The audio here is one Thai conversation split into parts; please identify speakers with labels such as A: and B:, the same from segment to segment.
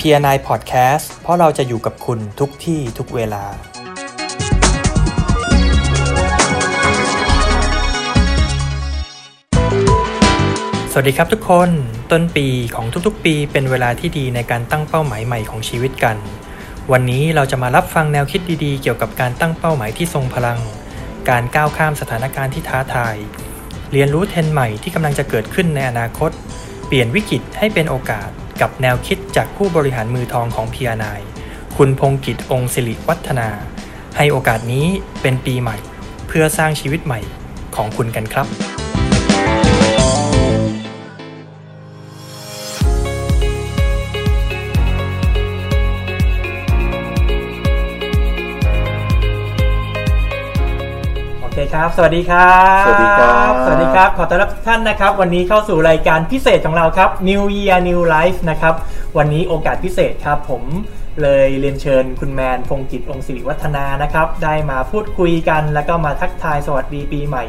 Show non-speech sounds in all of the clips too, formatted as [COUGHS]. A: p r 9 Podcast เพราะเราจะอยู่กับคุณทุกที่ทุกเวลา สวัสดีครับทุกคน ต้นปีของทุกๆ ปีเป็นเวลาที่ดีในการตั้งเป้าหมายใหม่ของชีวิตกัน วันนี้เราจะมารับฟังแนวคิดดีๆ เกี่ยวกับการตั้งเป้าหมายที่ทรงพลัง การก้าวข้ามสถานการณ์ที่ท้าทาย เรียนรู้เทรนด์ใหม่ที่กำลังจะเกิดขึ้นในอนาคต เปลี่ยนวิกฤตให้เป็นโอกาสกับแนวคิดจากผู้บริหารมือทองของ p ียนายคุณพงกิจองค์สิริวัฒนา ให้โอกาสนี้เป็นปีใหม่ เพื่อสร้างชีวิตใหม่ของคุณกันครับ โอเคครับ สวัสดีครับ
B: สวัสดีครับ
A: สวัสดีครับ ขอต้อนรับทุกท่านนะครับ วันนี้เข้าสู่รายการพิเศษของเราครับ New Year New Life นะครับ วันนี้โอกาสพิเศษครับ ผมเลยเรียนเชิญคุณแมนพงษ์กิจองค์สิริวัฒนานะครับ ได้มาพูดคุยกันแล้วก็มาทักทายสวัสดีปีใหม่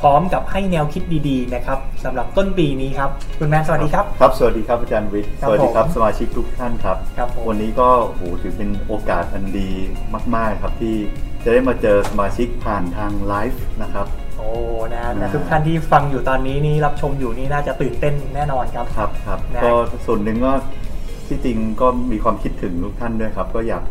A: พร้อมกับให้แนวคิดดีๆนะครับสำหรับต้นปีนี้ครับ คุณแมนสวัสดีครับ
B: ครับ สวัสดีครับอาจารย์วิทย์
A: ครับ
B: สวัสดีครับ
A: ผม
B: สมาชิกทุกท่านครับ
A: ครับผม
B: วันนี้ก็โอ้โหถือเป็นโอกาสอันดีมาก ๆ ครับที่จะได้มาเจอสมาชิกผ่านทางไลฟ์นะครับ
A: โอ้นะ
B: อ่า
A: ทุกท่านที่ฟังอยู่ตอนนี้นี่รับชมอยู่นี่น่าจะตื่นเต้นแน่นอนครับ
B: ครับครับ
A: ได้
B: ก็ส่วนหนึ่งก็ที่จริงก็มีความคิดถึงทุกท่านด้วยครับ ก็อยาก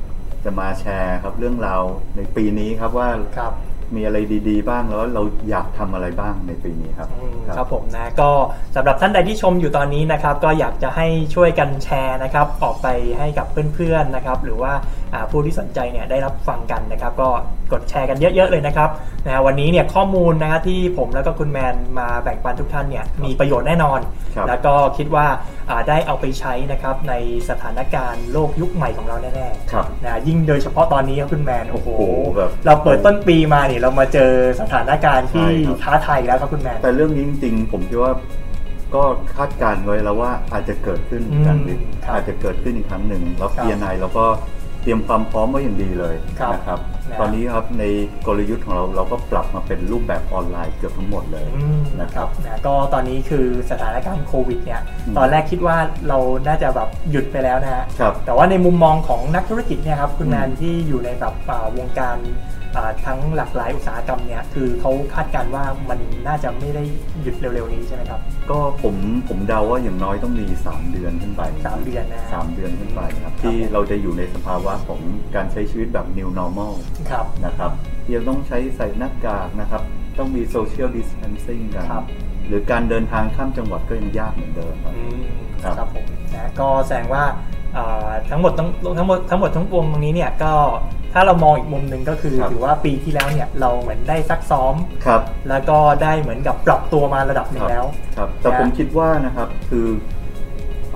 B: จะมาแชร์ครับเรื่องราวในปีนี้ครับว่า
A: ครับ
B: มีอะไรดีๆ บ้างแล้วเราอยากทำอะไรบ้างในปีนี้ครับ
A: อืมครับผมนะก็สำหรับท่านใดที่ชมอยู่ตอนนี้นะครับ ก็อยากจะให้ช่วยกันแชร์นะครับ ออกไปให้กับเพื่อนๆนะครับ หรือว่าอ่าผู้ที่สนใจเนี่ยได้รับฟังกันนะครับ ก็กดแชร์กันเยอะๆเลยนะครับนะวันนี้เนี่ยข้อมูลนะครับที่ผมแล้วก็คุณแมนมาแบ่งปันทุกท่านเนี่ยมีประโยชน์แน่นอน
B: ครับ
A: แล้วก็คิดว่าอ่าได้เอาไปใช้นะครับในสถานการณ์โลกยุคใหม่ของเราแน่ๆ
B: ครับ
A: นะยิ่งโดยเฉพาะตอนนี้ครับคุณแมนโอ้โห
B: โอ้โหแบบ
A: เราเปิดต้นปีมาเนี่ยเรามาเจอสถานการณ์ที่
B: ใช่ครับ
A: ท้าทายอีกแล้วครับคุณแมน
B: แต่เรื่องนี้จริงๆ ผมคิดว่าก็คาดการณ์ไว้แล้วว่าอาจจะเกิดขึ้น
A: อืม
B: กันหรือ
A: ครับ
B: อาจจะเกิดขึ้นอีกครั้งหนึ่งแล้ว
A: ครับ
B: เพียนายเราก็เตรียมความพร้อมไว้อย่างดีเลย
A: ครับ
B: นะครับ
A: นะ
B: ตอนนี้ครับในกลยุทธ์ของเราเราก็ปรับมาเป็นรูปแบบออนไลน์เกือบทั้งหมดเลย
A: อืม
B: นะครับ
A: นะก็ตอนนี้คือสถานการณ์โควิดเนี่ย
B: อืม
A: ตอนแรกคิดว่าเราน่าจะแบบหยุดไปแล้วนะฮะ
B: ครับ
A: แต่ว่าในมุมมองของนักธุรกิจเนี่ยครับคุณ
B: อืม
A: แมนที่อยู่ในแบบอ่าวงการอ่าทั้งหลากหลายอุตสาหกรรมเนี่ย คือเขาคาดการณ์ว่ามันน่าจะไม่ได้หยุดเร็วๆนี้ใช่ไหมครับ
B: ก็ผมผมเดาว่าอย่างน้อยต้องมี 3 เดือนขึ้นไป
A: สามเดือนนะ
B: สามเดือนขึ้นไปครับ
A: ครับ
B: ที่เราจะอยู่ในสภาวะของการใช้ชีวิตแบบ new normal
A: ครับ
B: นะครับยังต้องใช้ใส่หน้ากากนะครับ ต้องมีโซเชียลดิส a ทนซิ่งกัน
A: ครับ
B: หรือการเดินทางข้ามจังหวัดก็ยังยากเหมือนเดิมครับ
A: อืม
B: ครับ
A: ครับผมนะก็แสดงว่าอ่าทั้งหมดทั้งทั้งหมดทั้งหมดทั้งปวงตรงนี้เนี่ยก็ถ้าเรามองอีกมุมหนึ่งก็คือ
B: ครับ
A: ถือว่าปีที่แล้วเนี่ยเราเหมือนได้ซักซ้อม
B: ครับ
A: แล้วก็ได้เหมือนกับปรับตัวมาระดับหนึ่
B: ค
A: ง
B: รับ
A: แล้ว
B: ครับ แต่
A: นะ
B: ผมคิดว่านะครับคือ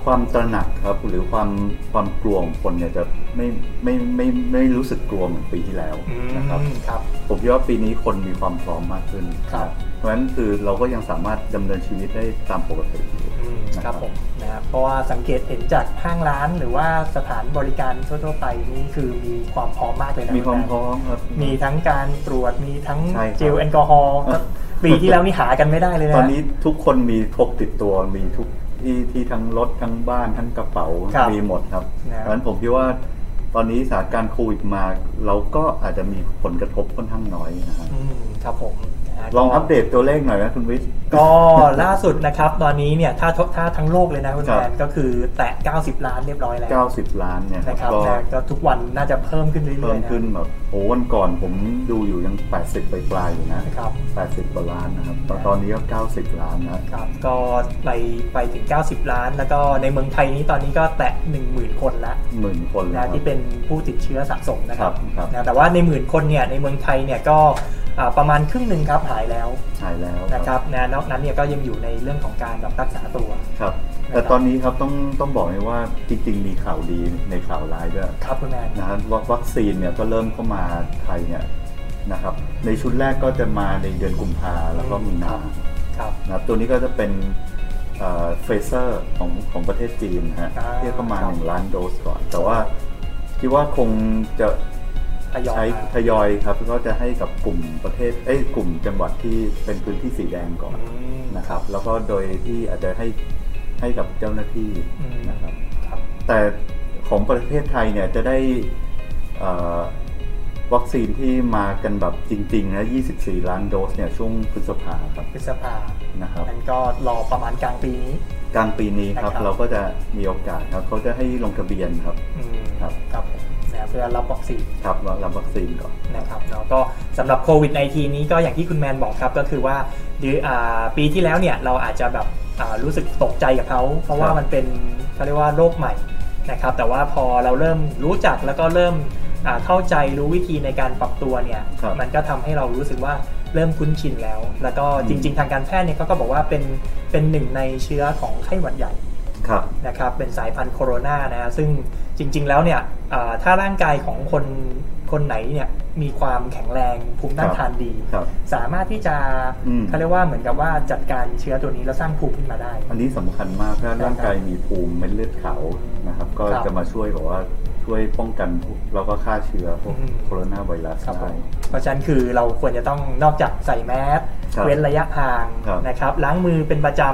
B: ความตระหนักครับ หรือความความกลัวของคนเนี่ยจะไม่ไม่ไม่ไม่ไม่รู้สึกกลัวเหมือนปีที่แล้วนะครับ
A: ครับ
B: ผมคิดว่าปีนี้คนมีความพร้อมมากขึ้น
A: ครับ
B: เพราะฉะนั้นคือเราก็ยังสามารถดำเนินชีวิตได้ตามปกติอยู่
A: อืมค
B: ครั
A: รับบ ผมนะครับเพราะว่าสังเกตเห็นจากห้างร้านหรือว่าสถานบริการทั่วๆไปนี่คือมีความพร้อมมากเลยนะ
B: มีความ
A: ณแ
B: พร้อมครับ
A: มีทั้งการตรวจมีทั้ง
B: ใช่ครับ
A: เจลแอลกอฮอล์
B: ครับ
A: ปีที่แล้วนี่หากันไม่ได้เลยนะ
B: ตอนนี้ทุกคนมีพกติดตัวมีทุกที่ที่ทั้งรถทั้งบ้านทั้งกระเป๋า
A: ครับ
B: มีหมดครับ
A: นะ
B: เพราะฉะนั้นผมคิดว่าตอนนี้สถานการณ์โควิดมา เราก็อาจจะมีผลกระทบค่อนข้างน้อยนะฮะ
A: อืมครับผมนะฮะ
B: ลองอัปเดตตัวเลขหน่อยนะคุณวิทย์
A: ก็ล่าสุดนะครับ ตอนนี้เนี่ยถ้าถ้าทั้งโลกเลยนะคุณ
B: ครับ
A: แฟนก็คือแตะ 90 ล้านเรียบร้อยแล้ว
B: 90 ล้านเนี่ย
A: นะค
B: ค
A: รั
B: รั
A: บบ
B: ก็
A: นะก็ทุกวันน่าจะเพิ่มขึ้นเรื่อยๆ
B: เพิ่มขึ้น
A: นะ
B: แบบโอ้วันก่อนผมดูอยู่ยัง 80 ไปปลายๆอยู่นะ
A: นะครับ
B: 80กว่าล้านนะครับแต่ตอนนี้ก็90 ล้านนะครับ
A: ก็ไปไปถึง 90 ล้าน แล้วก็ในเมืองไทยนี้ตอนนี้ก็แตะ 10,000 คนละ
B: หมื่นคนแล้
A: นะ
B: ว
A: ที่เป็นผู้ติดเชื้อสะสมนะ
B: ค
A: ครั
B: รั
A: บบ
B: ครับ
A: นะแต่ว่าในหมื่นคนเนี่ยในเมืองไทยเนี่ยก็อ่าประมาณครึ่งหนึ่งครับหายแล้ว
B: ใช่แล้ว
A: นะครับนะนอกนั้นเนี่ยก็ยังอยู่ในเรื่องของการแบบรักษาตัว
B: ครับ
A: นะครับ
B: แต่ตอนนี้ครับต้องต้องบอกเลยว่าจริงๆมีข่าวดีในข่าวร้ายด้วย
A: ครับคุณแมน
B: นะฮะวัควัคซีนเนี่ยก็เริ่มเข้ามาไทยเนี่ยนะครับในชุดแรกก็จะมาในเดือนกุมภาแล้วก็มี
A: ครั
B: นา
A: บ ครับ
B: นะครับตัวนี้ก็จะเป็นเฟเซอร์ของของประเทศจีนนะฮะ
A: อ่า
B: ที่เข้ามา
A: ครับ
B: หนึ่งล้านโดสก่อน แต่ว่าคิดว่าคงจะ
A: ทยอย
B: ใช้
A: มา
B: ทยอยครับก็จะให้กับกลุ่มประเทศเอ้ยกลุ่มจังหวัดที่เป็นพื้นที่สีแดงก่อน
A: อืม
B: นะครับแล้วก็โดยที่อาจจะให้ให้กับเจ้าหน้าที่
A: อืม
B: นะครับ
A: ครับ
B: แต่ ของประเทศไทยเนี่ยจะได้เอ่อวัคซีนที่มากันแบบจริงๆนะ24 ล้านโดสเนี่ยช่วงพฤษภาครับ
A: พฤษภา
B: นะครับ
A: มันก็รอประมาณกลางปีนี้
B: กลางปีนี้ครับ
A: นะครับ
B: เราก็จะมีโอกาสครับเขาจะให้ลงทะเบียนครับ
A: อืม
B: ครับ
A: ครับผมนะเพื่อรับวัคซีน
B: ครับเรารับวัคซีนก่อน
A: นะครับเนาะก็สำหรับโควิด -19 นี้ก็อย่างที่คุณแมนบอกครับก็คือว่าเดือนอ่าปีที่แล้วเนี่ยเราอาจจะแบบอ่ารู้สึกตกใจกับเขา เพราะว่า
B: ครับ
A: มันเป็นเขาเรียกว่าโรคใหม่นะครับแต่ว่าพอเราเริ่มรู้จักแล้วก็เริ่มอ่าเข้าใจรู้วิธีในการปรับตัวเนี่ย
B: ครับ
A: มันก็ทำให้เรารู้สึกว่าเริ่มคุ้นชินแล้ว แล้วก็
B: อืม
A: จริง ๆ ทางการแพทย์เนี่ยเขาก็บอกว่าเป็นเป็นหนึ่งในเชื้อของไข้หวัดใหญ่
B: ครับ
A: นะครับเป็นสายพันธุ์โคโรนานะฮะซึ่งจริง ๆ แล้วเนี่ยเอ่อถ้าร่างกายของคนคนไหนเนี่ยมีความแข็งแรงภูมิต้านทานดี
B: ครับ
A: สามารถที่จะ
B: อืม
A: เขาเรียกว่าเหมือนกับว่าจัดการเชื้อตัวนี้แล้วสร้างภูมิขึ้นมาได้
B: อันนี้สำคัญมากถ้า
A: ใช่ครับ
B: ร่างกายมีภูมิเม็ดเลือดขาวนะครับ ก็
A: ครับ
B: จะมาช่วยแบอกว่าช่วยป้องกันพวกแล้วก็ฆ่าเชื้อพวก
A: อืม
B: โคโรนาไวรัส
A: ครับผ
B: ได้
A: มเพราะฉะนั้นคือเราควรจะต้องนอกจากใส่แมส
B: ครับ
A: เว้นระยะห่าง
B: ครับ
A: นะครับล้างมือเป็นประจ
B: อื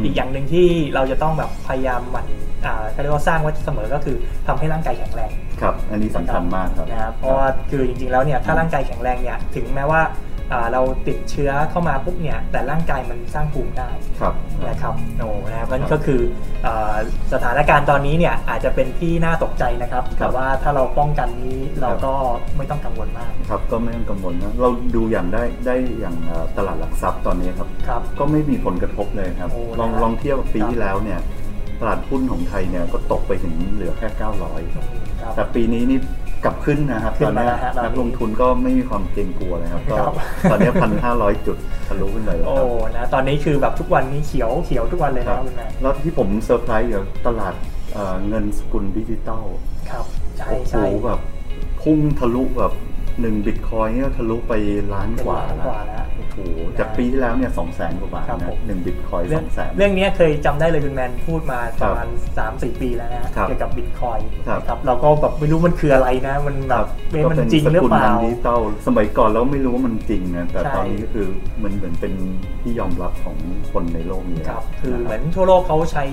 B: ม
A: ำอีกอย่างหนึ่งที่เราจะต้องแบบพยายามหมั่นอ่าเขาเรียกว่าสร้างไว้เสมอก็คือทำให้ร่างกายแข็งแรง
B: ครับ อันนี้สำคัญมากครับ
A: นะครับเพราะว่าคือจริงๆ แล้วเนี่ยถ้าร่างกายแข็งแรงเนี่ยถึงแม้ว่าอ่าเราติดเชื้อเข้ามาปุ๊บเนี่ยแต่ร่างกายมันสร้างภูมิได้
B: ครับ
A: นะครับโอ้นะครับนั่
B: ครั
A: น
B: บ
A: ก็คืออาสถานการณ์ตอนนี้เนี่ยอาจจะเป็นที่น่าตกใจนะครับ
B: ครั
A: แต่
B: บ
A: ว่าถ้าเราป้องกันนี้เรา
B: ครับ
A: ก็ไม่ต้องกังวลมาก
B: ครับ ก็ไม่ต้องกังวลนะ เราดูอย่างได้ได้อย่างเอ่อตลาดหลักทรัพย์ตอนนี้ครับ
A: ครับ
B: ก็ไม่มีผลกระทบเลยครับ
A: โอ้
B: ลอง
A: นะครับ
B: ลองเทียบกับปีที่แล้วเนี่ย ตลาดหุ้นของไทยเนี่ยก็ตกไปถึงเหลือแค่ 900
A: อืมครับ
B: แต่ปีนี้นี่กลับขึ้นนะครับ
A: ขึ้
B: ตอน
A: นมา
B: เนี้ย
A: แล้วฮะตอนนี้
B: นักลงทุนก็ไม่มีความเกรงกลัวเลยครับก็
A: ครับ
B: ตอนเนี้พันห้าร้อย1,500 จุดทะลุขึ้นไปแล้วค
A: โอ้
B: รับ
A: นะตอนนี้คือแบบทุกวันนี้เขียวเขียวทุกวันเลย
B: ครั
A: นะ
B: บ
A: คุณแม่
B: แล้วที่ผมเซอร์ไพรส์เดี๋ยวตลาดเอ่อเงินสกุลดิจิตอล
A: ครับใช่
B: โอ้โห
A: ใช่
B: แบบพุ่งทะลุแบบหนึ่งบิตคอยนี่ก็ทะลุไปล้าน
A: เป็น
B: กว่า
A: ล้าน
B: แล้ว
A: กว่าแล้ว
B: โอ้โหจากปีที่แล้วเนี่ยสองแสนกว่าบาท
A: ครับผ
B: นะ
A: ม
B: หนึ่งบิตคอย
A: เรื่
B: ส
A: อง
B: องแสน
A: เรื่องนี้เคยจำได้เลยคุณแมนพูดมา
B: ค
A: ป
B: รับ
A: ระมาณ3าสี่ปีแล้วนะฮะ
B: ครับ
A: เกี่ยวกับบิตคอย
B: ครับ
A: นะครับเราก็แบบไม่รู้มันคืออะไรนะ มันแบบเอ๊ะมันจริงหรือเปล่า
B: ก็ป็นสกุงินดิจิตอลสมัยก่อนเราไม่รู้ว่ามันจริงนะแต่
A: ใช่
B: ตอนนี้ก็คือมันเหมือนเป็นที่ยอมรับของคนในโลกนี้
A: ครับคือเหมื
B: นะ
A: อนทั่วโลกเขาใช้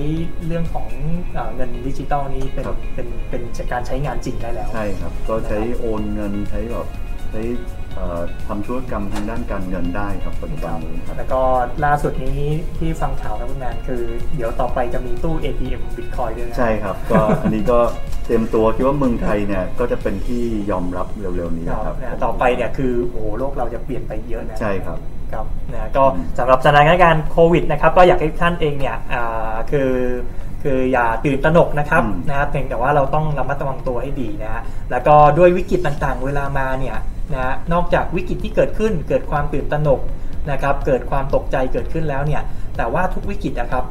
A: เรื่องของเอ่อเงินดิจิตอลนี้เป็น
B: ครับ
A: เป็นเป็นเป็นการใช้งานจริงได้แล้ว
B: ใช่ครับ ก็ใช้โอนเงินใช้แบบใช้เอ่อทำธุรกรรมทางด้านการเงินได้ครับปัจจุบันนี้ครับ
A: แล้วก็ล่าสุดนี้ที่ฟังข่าวนะคุณแมนคือเดี๋ยวต่อไปจะมีตู้ ATM บิตคอยด้วยนะ
B: ใช่ครับ ก็อันนี้ก็เตรียมตัวคิดว่าเมืองไทยเนี่ยก็จะเป็นที่ยอมรับเร็วๆนี้
A: ครับ
B: ครับ
A: นะต่อไปเนี่ยคือโอ้โหโลกเราจะเปลี่ยนไปเยอะนะ
B: ใช่ครับ
A: ครับนะก็
B: อืม
A: สำหรับสถานการณ์โควิดนะครับก็อยากให้ท่านเองเนี่ยอ่าคือคืออย่าตื่นตระหนกนะครับ
B: อืม
A: นะเพียงแต่ว่าเราต้องระมัดระวังตัวให้ดีนะฮะแล้วก็ด้วยวิกฤตต่างๆ เวลามาเนี่ยนะนอกจากวิกฤตที่เกิดขึ้น เกิดความตื่นตระหนกนะครับเกิดความตกใจเกิดขึ้นแล้วเนี่ยแต่ว่าทุกวิกฤตนะครับ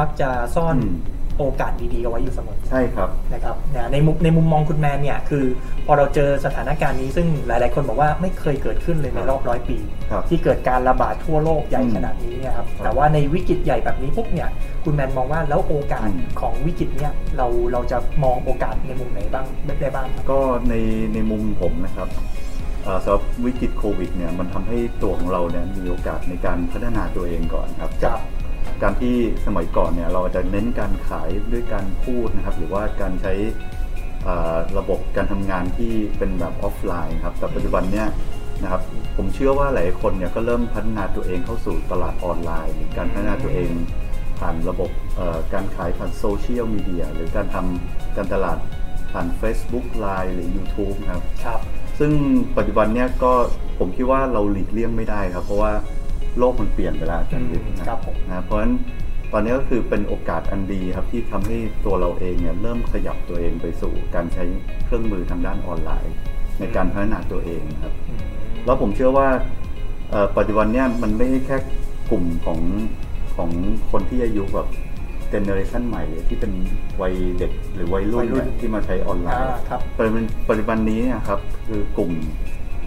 A: มักจะซ่อน
B: อืม
A: โอกาสดีๆเอาไว้อยู่เสมอ
B: ใช่ครับ
A: นะครับนะในมุมในมุมมองคุณแมนเนี่ยคือพอเราเจอสถานการณ์นี้ซึ่งหลาย ๆ คนบอกว่าไม่เคยเกิดขึ้นเลยในรอบร้อยปี
B: ครับ
A: ที่เกิดการระบาดทั่วโลกใหญ่
B: อืม
A: ขนาดนี้เนี่ยครับ
B: ครับ
A: แต่ว่าในวิกฤตใหญ่แบบนี้ปุ๊บเนี่ยคุณแมนมองว่าแล้วโอกาส
B: อืม
A: ของวิกฤตเนี่ยเราเราจะมองโอกาสในมุมไหนบ้างได้บ้างครับ
B: ก็ในในมุมผมนะครับเอ่อสำหรับวิกฤตโควิดเนี่ยมันทำให้ตัวของเราเนี่ยมีโอกาสในการพัฒนาตัวเองก่อนครับ
A: ครั
B: จาก
A: บ
B: การที่สมัยก่อนเนี่ยเราอาจจะเน้นการขายด้วยการพูดนะครับ หรือว่าการใช้เอ่อระบบการทำงานที่เป็นแบบออฟไลน์ครับแต่ปัจจุบันเนี่ยนะครับผมเชื่อว่าหลายคนเนี่ยก็เริ่มพัฒนาตัวเองเข้าสู่ตลาดออนไลน์หรือการพัฒนาตัวเอง ผ่านระบบเอ่อการขายผ่านโซเชียลมีเดียหรือการทำการตลาดผ่าน Facebook Line หรือ YouTube ครับ
A: ครับ
B: ซึ่งปัจจุบันเนี่ยก็ผมคิดว่าเราหลีกเลี่ยงไม่ได้ครับ เพราะว่าโลกมันเปลี่ยนไปแล้วอาจาร
A: อื
B: ย์
A: ม
B: วิทย์นะครับ
A: ผม
B: นะเพราะฉะนั้นตอนนี้ก็คือเป็นโอกาสอันดีครับที่ทำให้ตัวเราเองเนี่ยเริ่มขยับตัวเองไปสู่การใช้เครื่องมือทางด้านออนไลน์ ในการพัฒนาตัวเองครับ แล้วผมเชื่อว่าเอ่อปัจจุบันเนี่ยมันไม่ใช่แค่กลุ่มของของคนที่อายุแบบเจเนอเรชันใหม่หรือที่เป็นวัยเด็กหรือวัยรุ่น
A: วัยรุ่
B: เนี่ย
A: น
B: ที่มาใช้ออนไล
A: อ่า
B: น์
A: ครับ
B: ปัจจุบันปัจจุบันนี้เนะครับคือกลุ่ม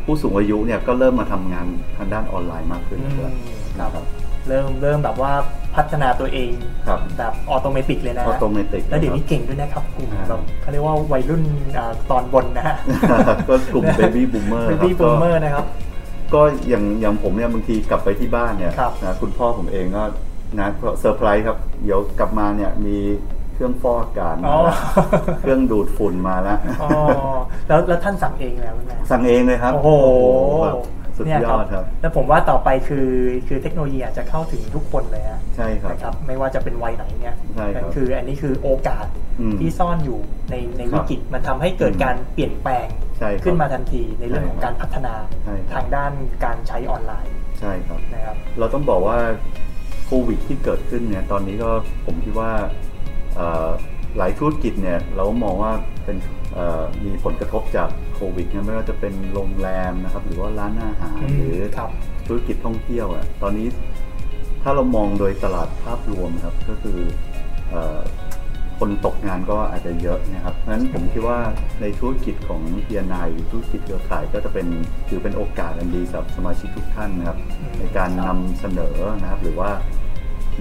B: ผู้สูงอายุเนี่ยก็เริ่มมาทำงานทางด้านออนไลน์มากขึ้น
A: อืมค
B: แล้ว
A: รับ
B: นะครับ
A: เริ่มเริ่มแบบว่าพัฒนาตัวเอง
B: ครับ
A: แบบออโตเมติกเลยนะ
B: ออ
A: ฮะ
B: โตเมติก
A: แล้วเดี๋ยวนี้เก่งด้วยนะครับกลุ่ม
B: อ่า
A: แบบเขาเรียกว่าวัยรุ่นอ่าตอนบนนะฮะ
B: ก็กลุ่มเบบี้บูมเม
A: [LAUGHS]
B: อร์
A: เป็นพี่บูมเมอร์นะครับ
B: ก็อย่างอย่างผมเนี่ยบางทีกลับไปที่บ้านเนี่ย
A: ครับ
B: นะคุณพ่อผมเองก็นะเซอร์ไพรส์ครับ เดี๋ยวกลับมาเนี่ยมี เครื่องฟอกอากาศ
A: อ๋
B: มา
A: อ
B: ละเครื่องดูดฝุ่นมาแล้ว
A: อ๋อแล้วแล้วท่านสั่งเองแล้วใช่ไหม
B: สั่งเองเลยครับ
A: โอ้โห
B: แบบสุด
A: เนี่ย
B: ย
A: ค
B: อ
A: รับ
B: ดครับ
A: แล้วผมว่าต่อไปคือคือเทคโนโลยีอาจจะเข้าถึงทุกคนเลยนะ
B: ใช่ครับ
A: นะครับ ไม่ว่าจะเป็นวัยไหนเนี่ย
B: ใช่ครับ
A: นั่นคืออันนี้คือโอกาส
B: อืม
A: ที่ซ่อนอยู่ในใน
B: ครับ
A: วิกฤตมันทำให้เกิดการเปลี่ยนแปลง
B: ใช่ครับ
A: ขึ้นมาทันทีในเรื่องของ
B: ใช่ครับ
A: การพัฒนา
B: ใช่ครับ
A: ทางด้านการใช้ออนไลน์
B: ใช่ครับ
A: นะครับ
B: เราต้องบอกว่าโควิดที่เกิดขึ้นเนี่ยตอนนี้ก็ผมคิดว่าเอ่อหลายธุรกิจเนี่ยเรามองว่าเป็นเอ่อมีผลกระทบจากโควิดนะไม่ว่าจะเป็นโรงแรมนะครับหรือว่าร้านอาหาร
A: อืม
B: หรือ
A: ครับ
B: ธุรกิจท่องเที่ยวอ่ะตอนนี้ถ้าเรามองโดยตลาดภาพรวมครับก็คือเออคนตกงานก็อาจจะเยอะนะครับเพราะฉะนั้นผมคิดว่าในธุรกิจของเพียนายหรือธุรกิจเครือข่ายก็จะเป็นถือเป็นโอกาสอันดีสำหรับสมาชิกทุกท่านนะครับ
A: อืม
B: ในการนำ นำเสนอนะครับหรือว่า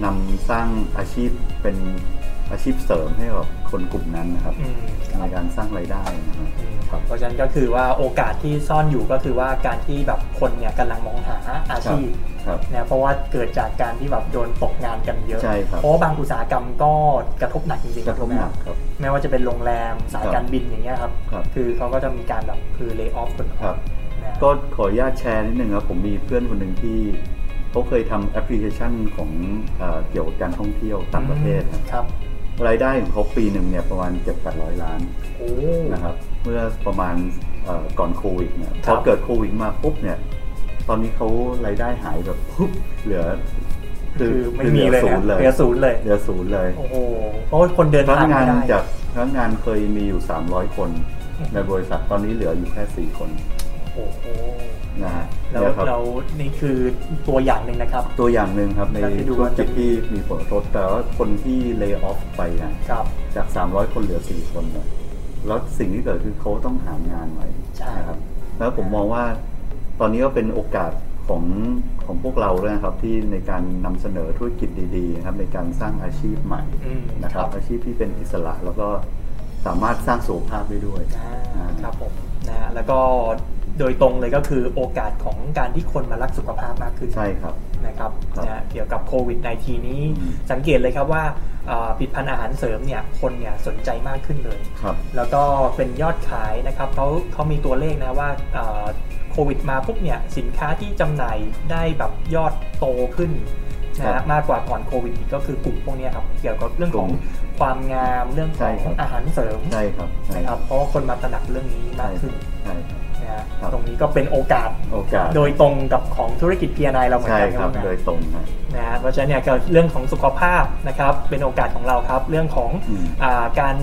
B: นำสร้างอาชีพเป็นอาชีพเสริมให้กับคนกลุ่มนั้นนะครับ
A: อืม
B: ในการสร้างรายได้นะครับ
A: อืมครับเพราะฉะนั้นก็คือว่าโอกาสที่ซ่อนอยู่ก็คือว่าการที่แบบคนเนี่ยกำลังมองหาอาชีพ
B: ครับ
A: นะเพราะว่าเกิดจากการที่แบบโดนตกงานกันเยอะ
B: ใช่ครับ
A: เพราะว่าบางอุตสาหกรรมก็กระทบหนักจริงๆ
B: กระทบหนักครับ
A: ไม่ว่าจะเป็นโรงแรมสายการบินอย่างเงี้ยครับ
B: ครับ
A: คือเขาก็จะมีการแบบคือเลิกออฟคนอ
B: ครั
A: อก
B: บ
A: นะ
B: ก็ขออนุญาตแชร์นิดนึงครับผมมีเพื่อนคนหนึ่งที่เขาเคยทำแอปพลิเคชันของเอ่อเกี่ยวกับการท่องเที่ยวต่างประเทศนะ
A: อืมครับ
B: รายได้ของเขาปีหนึ่งเนี่ยประมาณ7-800 ล้าน
A: โอ้
B: นะครับเมื่อประมาณเอ่อก่อนโควิดเนี่ย
A: ค
B: พ
A: รั
B: อบ เกิดโควิดมาปุ๊บเนี่ยตอนนี้เขารายได้หายแบบปุ๊บเหลือ
A: คือไม่มีเลย
B: ศู
A: นะ
B: นย์เลย
A: เหลือศูนย์เลย
B: เหลือศูนย์เลย
A: โอ้โหเพราะว่าคนเดิน
B: พนั
A: ทาง
B: กงา
A: ไม่
B: น
A: ได้
B: จากพนักงานเคยมีอยู่ 300 คนในบริษัทตอนนี้เหลืออยู่แค่ 4 คน
A: โอ้โห
B: นะฮะ
A: แล้ว
B: เนี่ยครับ
A: เรานี่คือตัวอย่างหนึ่งนะครับ
B: ตัวอย่างหนึ่งครับใน
A: แล้วที่ดู
B: ธุร
A: ว่า
B: กิ
A: จะ
B: จที่มีผลกระทบแต่ว่าคนที่เลิกออฟไปนะครับ จาก 300 คนเหลือ 4 คนเนี่ยแล้วสิ่งที่เกิดคือเขาต้องหางานใหม่
A: ใช่
B: นะครับแล้วผมมองว่าตอนนี้ก็เป็นโอกาสของของพวกเราด้วยนะครับที่ในการนำเสนอธุรกิจดีๆนะครับในการสร้างอาชีพใหม่
A: อืม
B: นะค
A: ค
B: รับ
A: รับ
B: อาชีพที่เป็นอิสระแล้วก็สามารถสร้างสุขภาพได้ด้วย
A: อ่าครับผมนะฮะแล้วก็โดยตรงเลยก็คือโอกาสของการที่คนมารักสุขภาพมากขึ้น
B: ใช่ครับ
A: นะครับ
B: ครับ
A: นะฮะเกี่ยวกับโควิด -19 นี้
B: อืม
A: สังเกตเลยครับว่าเอ่อผลิตภัณฑ์อาหารเสริมเนี่ยคนเนี่ยสนใจมากขึ้นเลย
B: ครับ
A: แล้วก็เป็นยอดขายนะครับเขาเขามีตัวเลขนะว่าเอ่อโควิดมาปุ๊บเนี่ยสินค้าที่จำหน่ายได้แบบยอดโตขึ้นนะ
B: ครั
A: ฮะ
B: บ
A: มากกว่าก่อนโควิดอีกก็คือกลุ่มพวกเนี้ยครับเกี่ยวกับเรื่องของ
B: กลุ่ม
A: ความงามเรื่องข
B: ใช่
A: อง
B: ครับ
A: อาหารเสริม
B: ใช่ครับใช่
A: นะครับเพราะว่าคนมาตระหนักเรื่องนี้
B: ใช่
A: มาก
B: ครั
A: ขึ้
B: บ
A: น
B: ใช่
A: นะ
B: ครับ
A: ฮะ
B: ครับ
A: ตรงนี้ก็เป็นโอกาส
B: โอกาส
A: โดยตรงกับของธุรกิจ P&I เราเหมือน
B: ใช่
A: กัน
B: ครับ
A: นะ
B: โดยตรงนะ
A: นะฮะเพราะฉะนั้นเนี่ยก็เรื่องของสุขภาพนะครับเป็นโอกาสของเราครับ เรื่องของ
B: อืม
A: อาการ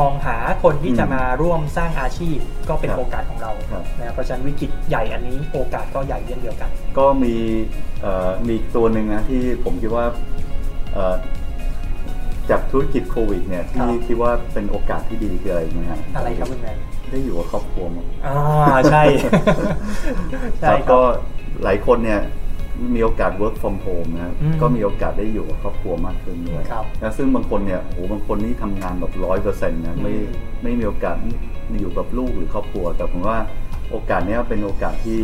A: มองหาคนที่
B: อืม
A: จะมาร่วมสร้างอาชีพก็เป็น
B: ครับ
A: โอกาสของเรา
B: ครับ
A: นะเพราะฉะนั้นวิกฤตใหญ่อันนี้โอกาสก็ใหญ่เช่นเดียวกัน
B: ก็มีเอ่อมีอีกตัวหนึ่งนะที่ผมคิดว่าเอ่อจากธุรกิจโควิดเนี่ย
A: ครั
B: ที่
A: บ
B: คิดว่าเป็นโอกาสที่ดีคืออะไรรู้ไหมฮะ
A: อะไรครับคุณแมน
B: ได้อยู่กับครอบครัวมั้ง
A: อ่าใช่
B: [LAUGHS]
A: ใช่
B: แล้ว
A: ครั
B: ก็
A: บ
B: หลายคนเนี่ยมีโอกาส work from home นะ
A: อืม
B: ก็มีโอกาสได้อยู่กับครอบครัวมากขึ้นด้วย
A: ครับ
B: นะซึ่งบางคนเนี่ยโอ้โหบางคนนี่ทำงานแบบร้อยเปอร์เซ็นต์นะไม่
A: อืม
B: ไม่มีโอกาสอยู่กับลูกหรือครอบครัว แต่ผมว่าโอกาสเนี้ยเป็นโอกาสที่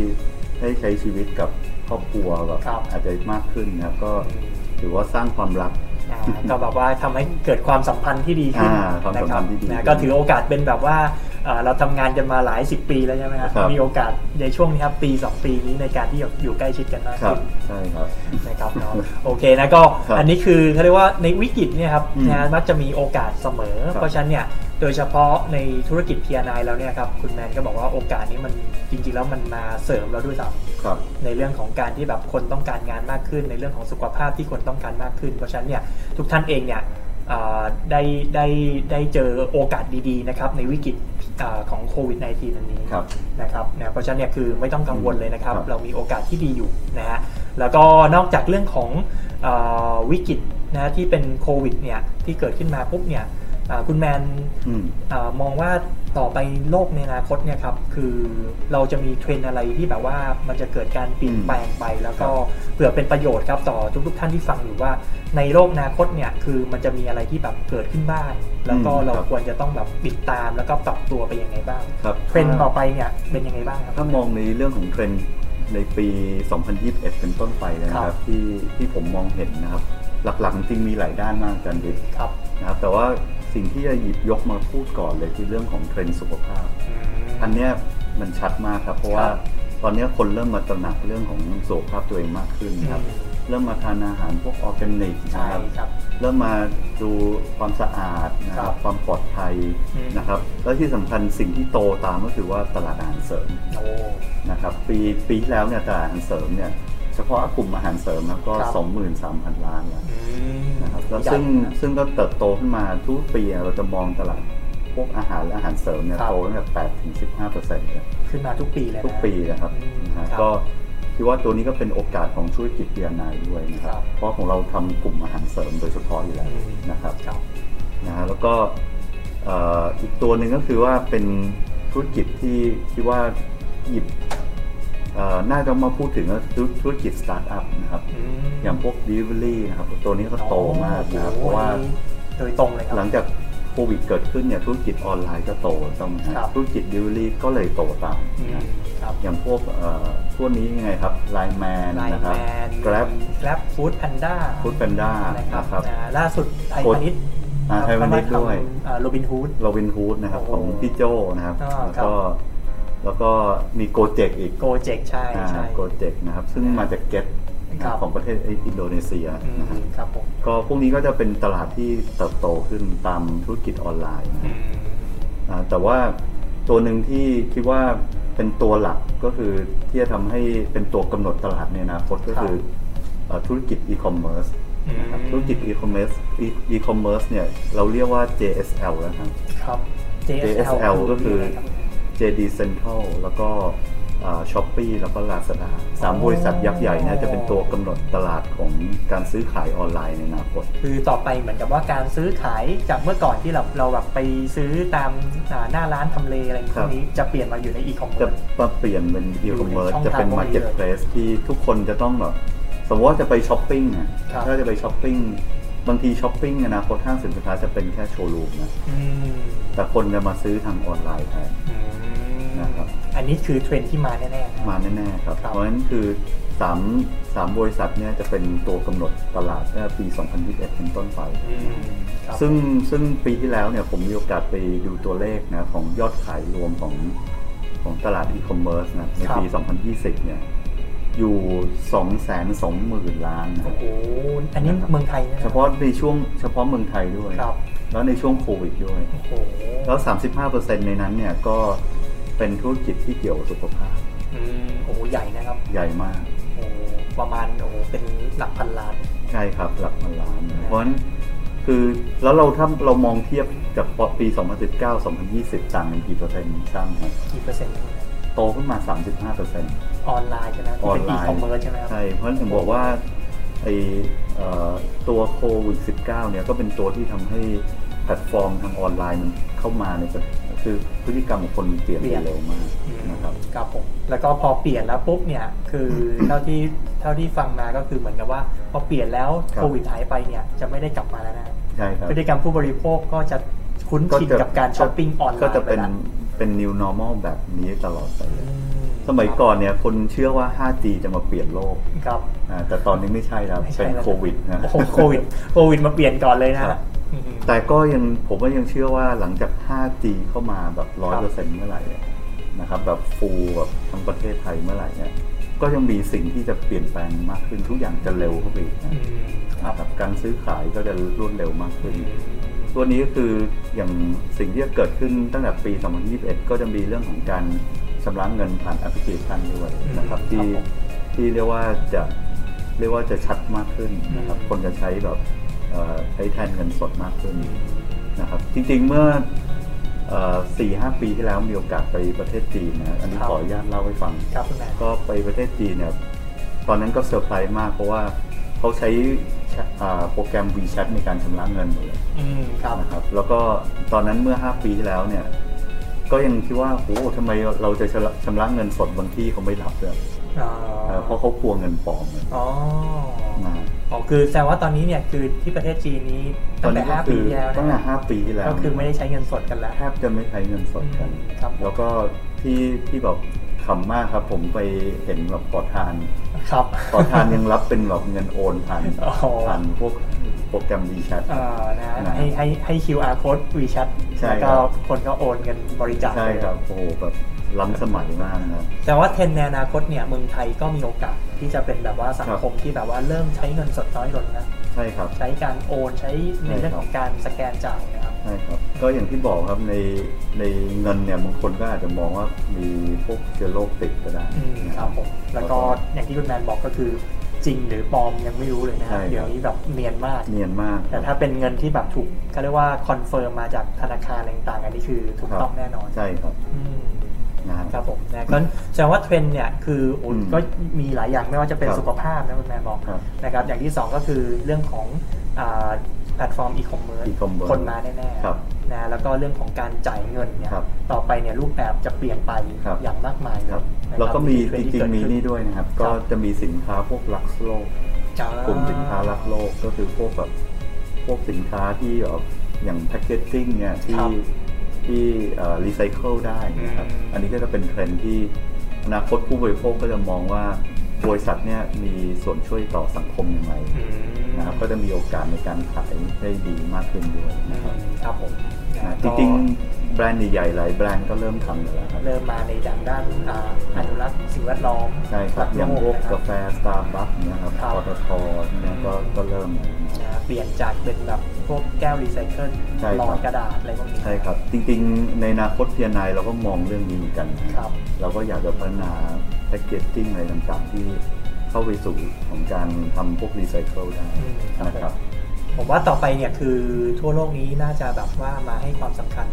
B: ได้ใช้ชีวิตกับครอบครัวแบบ
A: ครับ
B: อาจจะมากขึ้นนะครับก็
A: อืม
B: ถือว่าสร้างความรัก
A: อ่าก็แบบว่าทำให้เกิดความสัมพันธ์ที่ดีขึ้น
B: อ่าความสัมพันธ์ที่ดี
A: ะครับนะก็ถือโอกาสเป็นแบบว่าเอ่อเราทำงานกันมาหลายสิบปีแล้วใช่ไหมครับ
B: ครับ
A: มีโอกาสในช่วงนี้ครับปีสองปีนี้ในการที่อยู่ใกล้ชิดกันมาก
B: ครับ
A: ขึ้น
B: ใช่ครับ
A: นะครับเนาะโอเคนะก็
B: ครับ
A: อันนี้คือเขาเรียกว่าในวิกฤตเนี่ยครับ
B: อืม
A: นะมักจะมีโอกาสเสมอ
B: ครับ
A: เพราะฉะนั้นเนี่ยโดยเฉพาะในธุรกิจ P&I แล้วเนี่ยครับคุณแมนก็บอกว่าโอกาสนี้มันจริง ๆ แล้วมันมาเสริมเราด้วยซ้ำ
B: ครับ
A: ในเรื่องของการที่แบบคนต้องการงานมากขึ้น ในเรื่องของสุขภาพที่คนต้องการมากขึ้น เพราะฉะนั้นเนี่ยทุกท่านเองเนี่ยเอ่อได้ได้ได้เจอโอกาสดีๆนะครับในวิกฤตเอ่อของโควิด -19 อันนี้
B: ครับ
A: นะครับนะเพราะฉะนั้นเนี่ยคือไม่ต้องกังวลเลยนะครับ
B: ครับ
A: เรามีโอกาสที่ดีอยู่นะฮะแล้วก็นอกจากเรื่องของเออวิกฤตนะที่เป็นโควิดเนี่ยที่เกิดขึ้นมาปุ๊บเนี่ยเอ่อคุณแมน
B: อืม
A: เออมองว่าต่อไปโลกในอนาคตเนี่ยครับคือเราจะมีเทรนด์อะไรที่แบบว่ามันจะเกิดการเปลี่ยนแปลงไป แล้วก็เผื่อเป็นประโยชน์ครับต่อทุกๆท่านที่ฟังอยู่ว่าในโลกอนาคตเนี่ยคือมันจะมีอะไรที่แบบเกิดขึ้นบ้างแล้วก็
B: อืม
A: เรา
B: ครับ
A: ควรจะต้องแบบติดตามแล้วก็ปรับตัวไปยังไงบ้าง
B: ครับ
A: เทรนด์ต่อไปเนี่ยเป็นยังไงบ้างครับ
B: ถ้ามองในเรื่องของเทรนด์ในปี 2021 เป็นต้นไปนะครับ
A: ครับ
B: ที่ที่ผมมองเห็นนะครับ หลักๆจริงๆมีหลายด้านมากอาจันดิษ
A: ครับ
B: นะครับแต่ว่าสิ่งที่จะหยิบยกมาพูดก่อนเลยคือเรื่องของเทรนด์สุขภาพ อันเนี้ยมันชัดมากครับ เพราะว่า
A: ครับ
B: ตอนเนี้ยคนเริ่มมาตระหนักเรื่องของสุขภาพตัวเองมากขึ้นครับ
A: อืม
B: เริ่มมาทานอาหารพวกออร์แกนิกนะ
A: ใช่
B: ครับ
A: ครับ
B: เริ่มมาดูความสะอาดนะค
A: ครั
B: รั
A: บบ
B: ความปลอดภัย
A: อืม
B: นะครับ แล้วที่สำคัญสิ่งที่โตตามก็คือว่าตลาดอาหารเสริม
A: โอ้
B: นะครับปีปีที่แล้วเนี่ยตลาดอาหารเสริมเนี่ยเฉพาะกลุ่มอาหารเสริมนะก็
A: ครับ
B: 23,000 ล้านแล้ว
A: อืม
B: นะครับแล้ว
A: ใหญ่
B: ซึ่ง
A: นะ
B: ซึ่งก็เติบโตขึ้นมาทุกปีอะเราจะมองตลาดพวกอาหารและอาหารเสริมเนี่ย
A: ครับ
B: โตตั้งแต่แปดถึงสิบห้าเปอร์เซ็นต์
A: ขึ้นมาทุกปีเลยนะ
B: ทุกปีนะครับ
A: อืม
B: นะ
A: ค
B: ฮะ
A: รับ
B: ก็คิดว่าตัวนี้ก็เป็นโอกาสของธุรกิจเดียนายด้วยนะค
A: ค
B: รับ
A: รับ
B: เพราะของเราทำกลุ่มอาหารเสริมโดยเฉพาะอยู่แล้ว
A: อืม
B: นะครับ
A: ครับ
B: นะฮะแล้วก็เอ่ออีกตัวหนึ่งก็คือว่าเป็นธุรกิจที่คิดว่าหยิบเอ่อน่าจะมาพูดถึงก็คือธุรกิจสตาร์ทอัพนะครับ
A: อืม
B: อย่างพวก delivery นะครับตัวนี้ก็โตมากนะครับ
A: โอ้โห
B: เพราะว่า
A: โดยตรงเลยค
B: ห
A: รั
B: ลั
A: บ
B: งจากโควิดเกิดขึ้นเนี่ยธุรกิจออนไลน์ก็โตต้องไหมฮะ
A: ครับ
B: ธุรกิจดิวลี่ก็เลยโตตาม
A: อืม
B: นะครับ อย่างพวกเอ่อพวกนี้ยังไงครับไลน์แมน
A: ไลน์
B: นะครับ
A: แมน
B: Grab
A: Grab Food Panda
B: Food Panda
A: นะครับ
B: นะครับ
A: อ่าล่าสุดไทยพาณิชย์
B: อ่าไทยพาณิชย์ด้วย
A: โรบินฮูด
B: โรบินฮูดนะครับ
A: โอ้
B: ของพี่โจนะครับ
A: อ่า
B: แล้ว
A: ครับ
B: ก็แล้วก็มีโกเจกอีก
A: โกเจกใช่ใช่
B: โกเจกนะครับซึ่ง
A: ครับ
B: มาจากเก็ต
A: ครับ
B: ของประเทศอินโดนีเซีย
A: อืม
B: นะฮะ
A: ครับผม
B: ก็พวกนี้ก็จะเป็นตลาดที่เติบโตขึ้นตามธุรกิจออนไลน์นะฮะ
A: อืม
B: อ่าแต่ว่าตัวหนึ่งที่คิดว่าเป็นตัวหลักก็คือที่จะทำให้เป็นตัวกำหนดตลาดในอนาคตก็คือเอ่อธุรกิจอีคอมเมิร์ซนะครับ
A: อืม
B: ธุรกิจอีคอมเมิร์ซอีคอมเมิร์ซเนี่ยเราเรียกว่า JSL นะครับ
A: ครับ
B: JSL ก็คือ
A: ะไรรับ
B: JD Central แล้วก็ช้อปปีแล้วก็ Lazada สาม
A: อ๋อ
B: บริษัทยักษ์ใหญ่เนี่ยจะเป็นตัวกำหนดตลาดของการซื้อขายออนไลน์ในอนาคต
A: คือต่อไปเหมือนกับว่าการซื้อขายจากเมื่อก่อนที่เราเราแบบไปซื้อตามอ่าหน้าร้านทำเลอะไรพ
B: ครั
A: ว
B: บ
A: กนี้จะเปลี่ยนมาอยู่ในอีคอมเมิ
B: จะ
A: ร์ซ
B: มาเปลี่ยนเป็นอีคอมเมิร์ซ
A: อยู่ในช่อง
B: จะเป็น
A: ทาง
B: มาร์เก็ตเพลสที่ทุกคนจะต้องแบบสมมติว่าจะไปช้อปปิ้งนะครับ ถ้าจะไปช้อปปิ้ง บางทีช้อปปิ้งอนาคตห้างสินค้าจะเป็นแค่โชว์รูมนะ
A: อืม
B: แต่คนจะมาซื้อทางออนไลน์แทน
A: อืม
B: นะครับ
A: อันนี้คือเทรนด์ที่มาแน่ๆนะ
B: มาแน่ๆครับ
A: ครับ
B: เพราะฉะนั้นคือ3 3บริษัทเนี่ยจะเป็นตัวกำหนดตลาดตั้งแต่ปี 2021 เป็นต้นไป
A: อืมครับ
B: ซึ่งซึ่งปีที่แล้วเนี่ยผมมีโอกาสไปดูตัวเลขนะของยอดขายรวมของของตลาดอีคอมเมิร์ซนะในปี 2020 เนี่ยอยู่ 220,000 ล้านนะ
A: โอ้โหอันนี้เมืองไทยน
B: เฉพาะในช่วงเฉพาะเมืองไทยด้วย
A: ครับ
B: แล้วในช่วงโควิดด้วย
A: โอ้โห
B: แล้ว 35%ในนั้นเนี่ยก็เป็นธุรกิจที่เกี่ยวกับสุขภาพ
A: อืมโอ้โหใหญ่นะครับ
B: ใหญ่มาก
A: โอ้โหประมาณโอ้โหเป็นหลักพันล้าน
B: ใช่ครับหลักพันล้านนะเพราะฉะนั้นคือแล้วเราถ้าเรามองเทียบจากปี 2019-2020 ต่างกันกี่เปอร์เซ็นต์ช่างครับ
A: กี่เปอร์เซ็นต์นะครับ
B: โตขึ้นมา 35เปอร์เซ็นต์
A: ออนไลน์ใช่ไหมที่เป็น
B: ออนไล
A: อี
B: น์
A: คอมเมิร์ซใช่ไหมครับ
B: ใช่ เพราะฉะนั้นผมบอกว่าไอเอ่อตัวโควิด19เนี่ยก็เป็นตัวที่ทำให้แพลตฟอร์มทางออนไลน์มันเข้ามาในประคือพฤติกรรมของคนเปลี่ยน
A: เปลี่ย
B: ไป
A: น
B: เร็วมากนะครับ
A: ครับผมแล้วก็พอเปลี่ยนแล้วปุ๊บเนี่ยคือเท่าที่เท่าที่ฟังมาก็คือเหมือนกับว่า พอเปลี่ยนแล้วโควิดหายไปเนี่ยจะไม่ได้กลับมาแล้วนะ
B: ใช่ครับ
A: พฤติกรรมผู้บริโภคก็จะคุ้นชินกับการช้อปปิ้งออนไลน์
B: ก็จะเป็น
A: ไแล้ว
B: เป็น new normal แบบนี้ตลอดไปเล
A: อื
B: ย
A: ม
B: สมัยก่อนเนี่ยคนเชื่อว่า 5G จะมาเปลี่ยนโลก
A: ครับ
B: อ่าแต่ตอนนี้ไม่ใช่แล้ว
A: ไม่ใช่
B: เป็น
A: แล้
B: โควิดนะ
A: โอ้โหโควิดโควิดมาเปลี่ยนก่อนเลยนะครับ อืม
B: แต่ก็ยังผมว่ายังเชื่อว่าหลังจาก 5G เข้ามาแบบ
A: ครั
B: ร้อยเปอบ ร์เซ็นต์เมื่อไหร่เนี่ยนะครับแบบฟูแบบทั้งประเทศไทยเมื่อไหร่เนี่ยก็ยังมีสิ่งที่จะเปลี่ยนแปลงมากขึ้นทุกอย่างจะเร็วเข้าไปอีกนะ
A: อืมครับ
B: นะครับการซื้อขายก็จะรวดเร็วมากขึ้น ตัวนี้ก็คืออย่างสิ่งที่จะเกิดขึ้นตั้งแต่ปี 2021 ก็จะมีเรื่องของการชำระเงินผ่านแอปพลิเคชันด้วยนะครับ
A: อืม
B: ที่
A: ครับผม
B: ที่เรียกว่าจะเรียกว่าจะชัดมากขึ้นนะครับ
A: อืม
B: คนจะใช้แบบเอ่อใช้แทนเงินสดมากขึ้น นะครับจริงๆเมื่อสี่ห้าปีที่แล้วมีโอกาสไปประเทศจีนนะอันนี้
A: ครับ
B: ขออนุญาตเล่าให้ฟัง
A: ครับคุณแม่
B: ก็ไปประเทศจีนเนี่ยตอนนั้นก็เซอร์ไพรส์มาก เพราะว่าเขาใช้อ่าโปรแกรม WeChat ในการชำระเงินหมดเลย
A: อืมครับ
B: นะครับแล้วก็ตอนนั้นเมื่อ 5 ปีที่แล้วเนี่ยก็ยังคิดว่าโอ้ทำไมเราจะชำระชำระเงินสดบางที่เขาไม่รับเลย
A: อ๋อ
B: เอ่อเพราะเขากลัวเงินปลอมนะ
A: อ๋ออ๋อคือแสดงว่าตอนนี้เนี่ยคือที่ประเทศจีนนี้
B: ต
A: ตั้
B: อน
A: งแต่
B: นี้ก็
A: 5
B: คื
A: ปี
B: อ
A: ที่แล้ว
B: ตั้งแต่
A: นะ
B: 5ปีที่แล้ว
A: ก็คือไม่ได้ใช้เงินสดกันแล้ว
B: แทบจะไม่ใช้เงินสดกัน
A: อืมครับผม
B: แล้วก็ที่ที่แบบขำมากครับ ผมไปเห็นแบบขอทาน
A: ครับ
B: ขอทานยังรับเป็นแบบเงินโอนผ่าน
A: อ๋อ
B: ผ่านพวก โปรแกรม WeChat
A: เอ่อนะให้ให้ให้ QR code WeChat
B: ใช่
A: แล้วก็
B: ครับ
A: คนก็โอนเงินบริจาค
B: ใช่ครับโอ้โหแบบล้ำสมัยมากนะครับ
A: แต่ว่าเทรนด์ในอนาคตเนี่ยเมืองไทยก็มีโอกาสที่จะเป็นแบบว่าสังคมที่แบบว่าเริ่มใช้เงินสดน้อยลงนะ
B: ใช่ครับ
A: ใช้การโอนใช้ในเรื่องของการสแกนจ่ายนะครับ
B: ใช่ครับ ก็อย่างที่บอกครับในในเงินเนี่ยบางคนก็อาจจะมองว่ามีพวกเชื้อโรคติดก็ได้
A: อืม
B: นะ
A: ครับผมแล้วก็อย่างที่คุณแมนบอกก็คือจริงหรือปลอมยังไม่รู้เลยนะ
B: ใช่
A: ฮะ
B: ครับ
A: เดี๋ยวนี้แบบเนียนมาก
B: เนียนมาก
A: แต่ถ้าเป็นเงินที่แบบถูกก็เรียกว่าคอนเฟิร์มมาจากธนาคารอะไรต่างๆอันนี้คือถูกต้องแน่นอน
B: ใช่ครับ
A: อืม
B: นะฮะ
A: ครับผมนะก็แสดงว่าเทรนด์เนี่ยคือโอ้ย
B: อืม
A: ก็มีหลายอย่างไม่ว่าจะเป็น
B: ครับ
A: สุขภาพนะคุณแมนบอก
B: ครับ
A: นะครับอย่างที่สองก็คือเรื่องของอ่าแพลตฟอร์มอีคอมเมิร์ซ
B: e-commerce
A: คนมาแน่ๆ
B: ครับ
A: นะแล้วก็เรื่องของการจ่ายเงินเนี่ย
B: ครับ
A: ต่อไปเนี่ยรูปแบบจะเปลี่ยนไป
B: ครับ
A: อย่างมากมายเลย
B: ครับ
A: นะ
B: แล้วก็มี
A: เท
B: จ
A: ด์ที่
B: ริง
A: เกิด
B: ๆมี
A: ขึ้
B: นี่ด้วยนะครับ
A: ครับ
B: ก็จะมีสินค้าพวกลักโลก
A: อ่าก
B: ลุ่มสินค้ารักโลกก็คือพวกแบบพวกสินค้าที่แบบอย่างแพคเกจจิ้งเนี่ยที่ที่รีไซเคิลได้นะครับ
A: อืม
B: อันนี้ก็จะเป็นเทรนด์ที่อนาคตผู้บริโภคก็จะมองว่าบริษัทเนี่ยมีส่วนช่วยต่อสังคมยังไง
A: อืม
B: นะครับก็จะมีโอกาสในการขายได้ดีมากขึ้นด้วย
A: อื
B: นะค
A: ม
B: รับ
A: ครับผมนะ
B: นะจ
A: ก็
B: ริงๆแบรนด์ใหญ่ๆหลายแบรนด์ก็เริ่มทำอยู่แล้วครับ
A: เริ่มมาในทางด้านอ่าอนุรักษ์สิ่งแวดล้อม
B: ใช่ครับ
A: กโล
B: อย่างพวก
A: นะครั
B: กา
A: บ
B: แฟสตาร์บัคเนี่ยครับ
A: ครับ
B: ปตทเนี่ยก็ก็เริ่มแล้วนะครับ
A: นะเปลี่ยนจากเป็นแบบพวกแก้วรีไซเคิล
B: ใช่
A: หลอ
B: ครั
A: ด
B: บ
A: กระดาษอะไรพวกนี้
B: ใช่ครับ จริงๆ ในอนาคตเทียนายเราก็มองเรื่องนี้เหมือนกันนะครับ เราก็อยากจะพัฒนาแพคเกจจิ้งอะไรต่างๆ ที่เข้าไปสู่ของการทำพวกรีไซเคิลได้
A: อืมครับ
B: นะ
A: ผ
B: ครั
A: ม
B: บ
A: ผมว่าต่อไปเนี่ยคือทั่วโลกนี้น่าจะแบบว่ามาให้ความสำคัญ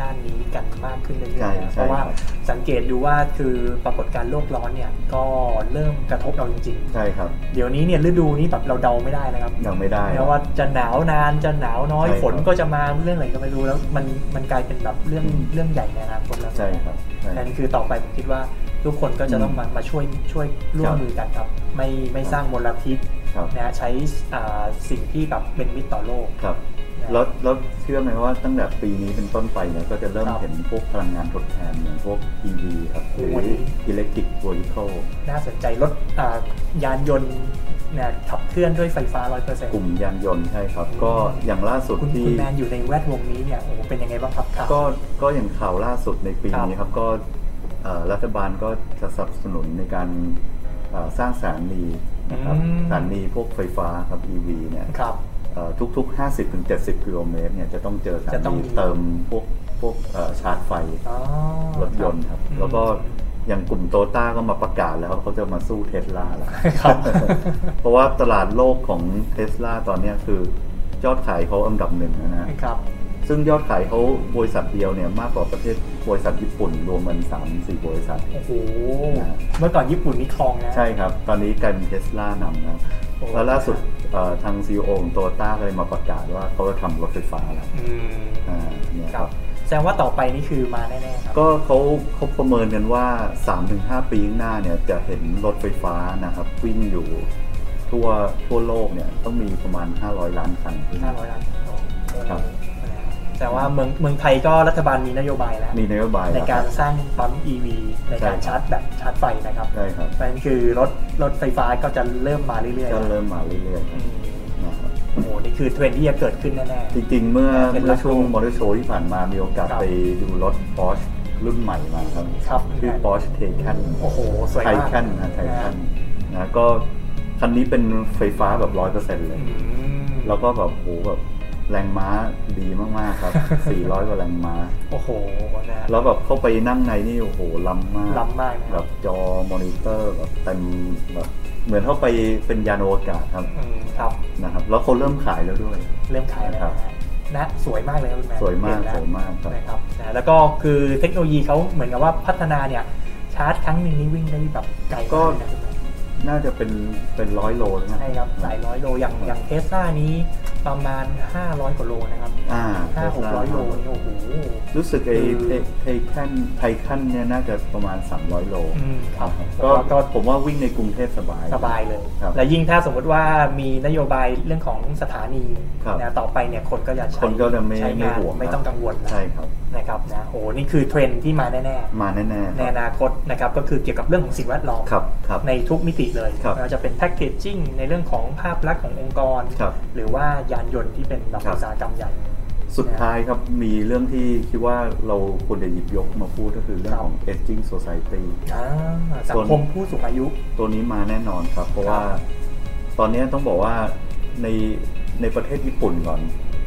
A: ด้านนี้กันมากขึ้นเรื่อยๆนะ
B: ใช่
A: เพ
B: ใช่
A: ราะว่า
B: ครับ
A: สังเกตดูว่าคือปรากฏการณ์โลกร้อนเนี่ยก็เริ่มกระทบเราจริง
B: ใช่ครับ
A: ๆ เดี๋ยวนี้เนี่ยฤดูนี้แบบเราเดาไม่ได้นะครับ
B: ยังไม่ได้
A: แม้ว่าจะหนาวนานจะหนาวน้อย
B: ใช่ครับ
A: ฝนก็จะมาเรื่องอะไรก็ไม่รู้แล้วมันมันกลายเป็นแบบเรื่องเรื่องใหญ่ในอนาคตแล้ว
B: ใช่ครับใช่
A: นั่นคือต่อไปผมคิดว่าทุกคนก็จะต้องมามาช่วยช่วยร่วม
B: ครับ
A: มือกันครับ ไม่ไม่สร้างมลพิษ
B: ครับ
A: นะฮะใช้อ่าสิ่งที่แบบเป็นมิตรต่อโลก
B: ครับ
A: นะฮะ
B: แล้วแล้วเชื่อไหมว่าตั้งแต่ปีนี้เป็นต้นไปเนี่ยก็จะเริ่ม
A: ครับ
B: เห็นพวกพลังงานทดแทนอย่างพวก EV ครับหรือ
A: โอ้ย
B: Electric Vehicle
A: น่าสนใจรถอ่ายานยนต์นะขับเคลื่อนด้วยไฟฟ้า 100%
B: กลุ่มยานยนต์ใช่ครับ ก็อย่างล่าสุด
A: คุณ
B: ที่
A: คุณแมนอยู่ในแวดวงนี้เนี่ยโอ้โหเป็นยังไงบ้างครับครับ
B: ก็ก็อย่างข่าวล่าสุดในปีนี้ครับก็เอ่อรัฐบาลก็จะสนับสนุนในการเอ่อสร้างสถานีนะครับ
A: อืม
B: สถานีพวกไฟฟ้าครับ EV เนี่ย
A: ครับ
B: เอ่อทุกๆ 50ถึง70กิโลเมตรเนี่ยจะต้องเจอสถา
A: จะต้อง
B: นี
A: มี
B: เติมพวกพวกเอ่อชาร์จไฟ
A: อ๋อ
B: รถยนต์ครับ
A: อืม
B: แล้วก็อย่างกลุ่มโตต้าก็มาประกาศแล้วเขาจะมาสู้เทสลาแล้ว
A: ครับ
B: [LAUGHS] เพราะว่าตลาดโลกของเทสลาตอนเนี้ยคือยอดขายเขาอันดับหนึ่งนะฮะ
A: ครับ
B: ซึ่งยอดขายเขาบริษัทเดียวเนี่ยมากกว่าประเทศบริษัทญี่ปุ่นรวมกัน3ามสี่บริษัท
A: โอ้โห
B: นะ
A: เมื่อก่อนญี่ปุ่นนี่คลองนะ
B: ใช่ครับ ตอนนี้กลายเป็นเทสลานำนะครับ
A: โอ้
B: แล้วล่าสุดเอ่อทางซีอของโตต้าก็เลยมาประกาศว่าเขาจะทำรถไฟฟ้าแล้ว
A: อืม
B: อ่าเนี่ย
A: ค
B: ค
A: รั
B: รั
A: บบ แสดงว่าต่อไปนี่คือมาแน่ๆครับ
B: ก็เขาเขาประเมินกันว่า 3-5 ปีข้างหน้าเนี่ยจะเห็นรถไฟฟ้านะครับวิ่งอยู่ทั่วทั่วโลกเนี่ยต้องมีประมาณ 500 ล้านคัน
A: 500ล้าน
B: ครับ
A: นะฮะแต่ว่าเมืองเมืองไทยก็รัฐบาลมีนโยบายแล้ว
B: มีนโยบาย
A: ใน
B: แล้วค
A: การ
B: บ
A: สร้างปั๊ม EV ในการ
B: ใช่ครับ
A: ชาร์จแบบชาร์จไฟนะครับ
B: ใช่ครับ
A: นั่นคือรถรถไฟฟ้าก็จะเริ่มมาเรื่อยๆ
B: ก็
A: แล้ว
B: เริ่มมาเรื่อย
A: อืม
B: ๆนะครับ
A: โอ้โห นี่คือเทรนด์ที่จะเกิดขึ้นแน่
B: จริงๆ เมื่อ
A: เป็น
B: เมื่อช่วง
A: รับรู้
B: มอเตอร์โชว์ที่ผ่านมามีโอกาส
A: ครับ
B: ไปดูรถ Porsche รุ่นใหม่มาครับ
A: ครับ
B: ชื่อ
A: ครับ
B: Porsche Taycan
A: ๆ โอ้โห สวยมาก
B: Taycan นะ Taycan นะก็คันนี้เป็นไฟฟ้าแบบร้อยเปอร์เซ็นต์เล
A: อื
B: ย
A: ม
B: แล้วก็แบบโหแบบแรงม้าดีมาก ๆ
A: [LAUGHS]
B: ครับ 400 กว่าแรงม้า
A: โอ้โหนะ
B: แล้วแบบเข้าไปนั่งในนี่ โอ้โห ล้ำมาก
A: ล้ำมากนะค
B: แบ
A: รับบ
B: จอมอนิเตอร์แบบเต็มแบบเหมือนเข้าไปเป็นยานอวกาศครับ
A: อืมครับ
B: นะครับแล้วเขาเริ่มขายแล้วด้วย
A: เริ่มขายแล้วนะฮะนะสวยมากเลยครับคุณแม่
B: สวยมาก
A: เห็นแล้
B: สวยมากครับ
A: นะครับนะแล้วก็คือเทคโนโลยีเขาเหมือนกับว่าพัฒนาเนี่ยชาร์จครั้งหนึ่งนี่วิ่งได้แบบไกลมากเลยนะคุณแม่
B: น่าจะเป็นเป็นร้อยโลแล้วนะ
A: ใช่ครับหลายร้อยโลอย่างอย่างเทสลานี้ประมาณ 500 กว่าโลนะครับ
B: อ่า
A: ห้าหกร้อยโลนี่โอ้โห
B: รู้สึกไอ้
A: คือ
B: ไอ้ไทคันไทคันเนี่ยน่าจะประมาณ 300 โล
A: อืมครับ
B: ก็
A: แล้ว
B: ก็
A: ก็
B: ผมว่าวิ่งในกรุงเทพสบาย
A: สบายเลย
B: ครับ
A: และยิ่งถ้าสมมติว่ามีนโยบายเรื่องของสถานี
B: ครับ
A: นะต่อไปเนี่ยคนก็จะใช้
B: คนก็จะไม่
A: ใช้
B: ไม่
A: งาน
B: ห่วง
A: ไม่
B: นะ
A: ต้องกังวลแล้ว
B: ใช่ครับ
A: นะครับนะโอ้นี่คือเทรนด์ที่มาแน่
B: มาแน่
A: ๆ
B: ๆ
A: ใน
B: ครั
A: อบ นาคตนะครับก็คือเกี่ยวกับเรื่องของสิ่งแวดล้อม
B: ครับครับ
A: ในทุกมิติเลย
B: ครับ
A: ไม่ว่าจะเป็นแพ c เกจจิ้งในเรื่องของภาพลักษณ์ขององค์กร
B: ครับ
A: หรือว่าย ยานยนต์ที่เป็นแบบ
B: ครับ
A: อุตสาหกรรมใหญ่
B: สุดท้ายครับมีเรื่องที่คิดว่าเราควรจะหยิบยกมาพูดก็คือเรื่อ
A: ค
B: ง
A: รับ
B: ของ aging society
A: อ่าสังคมผู้สูงอายุ
B: ตัวนี้มาแน่นอนครับ เพราะ
A: ครับ
B: ว่าตอนนี้ต้องบอกว่าในในประเทศญี่ปุ่นก่อน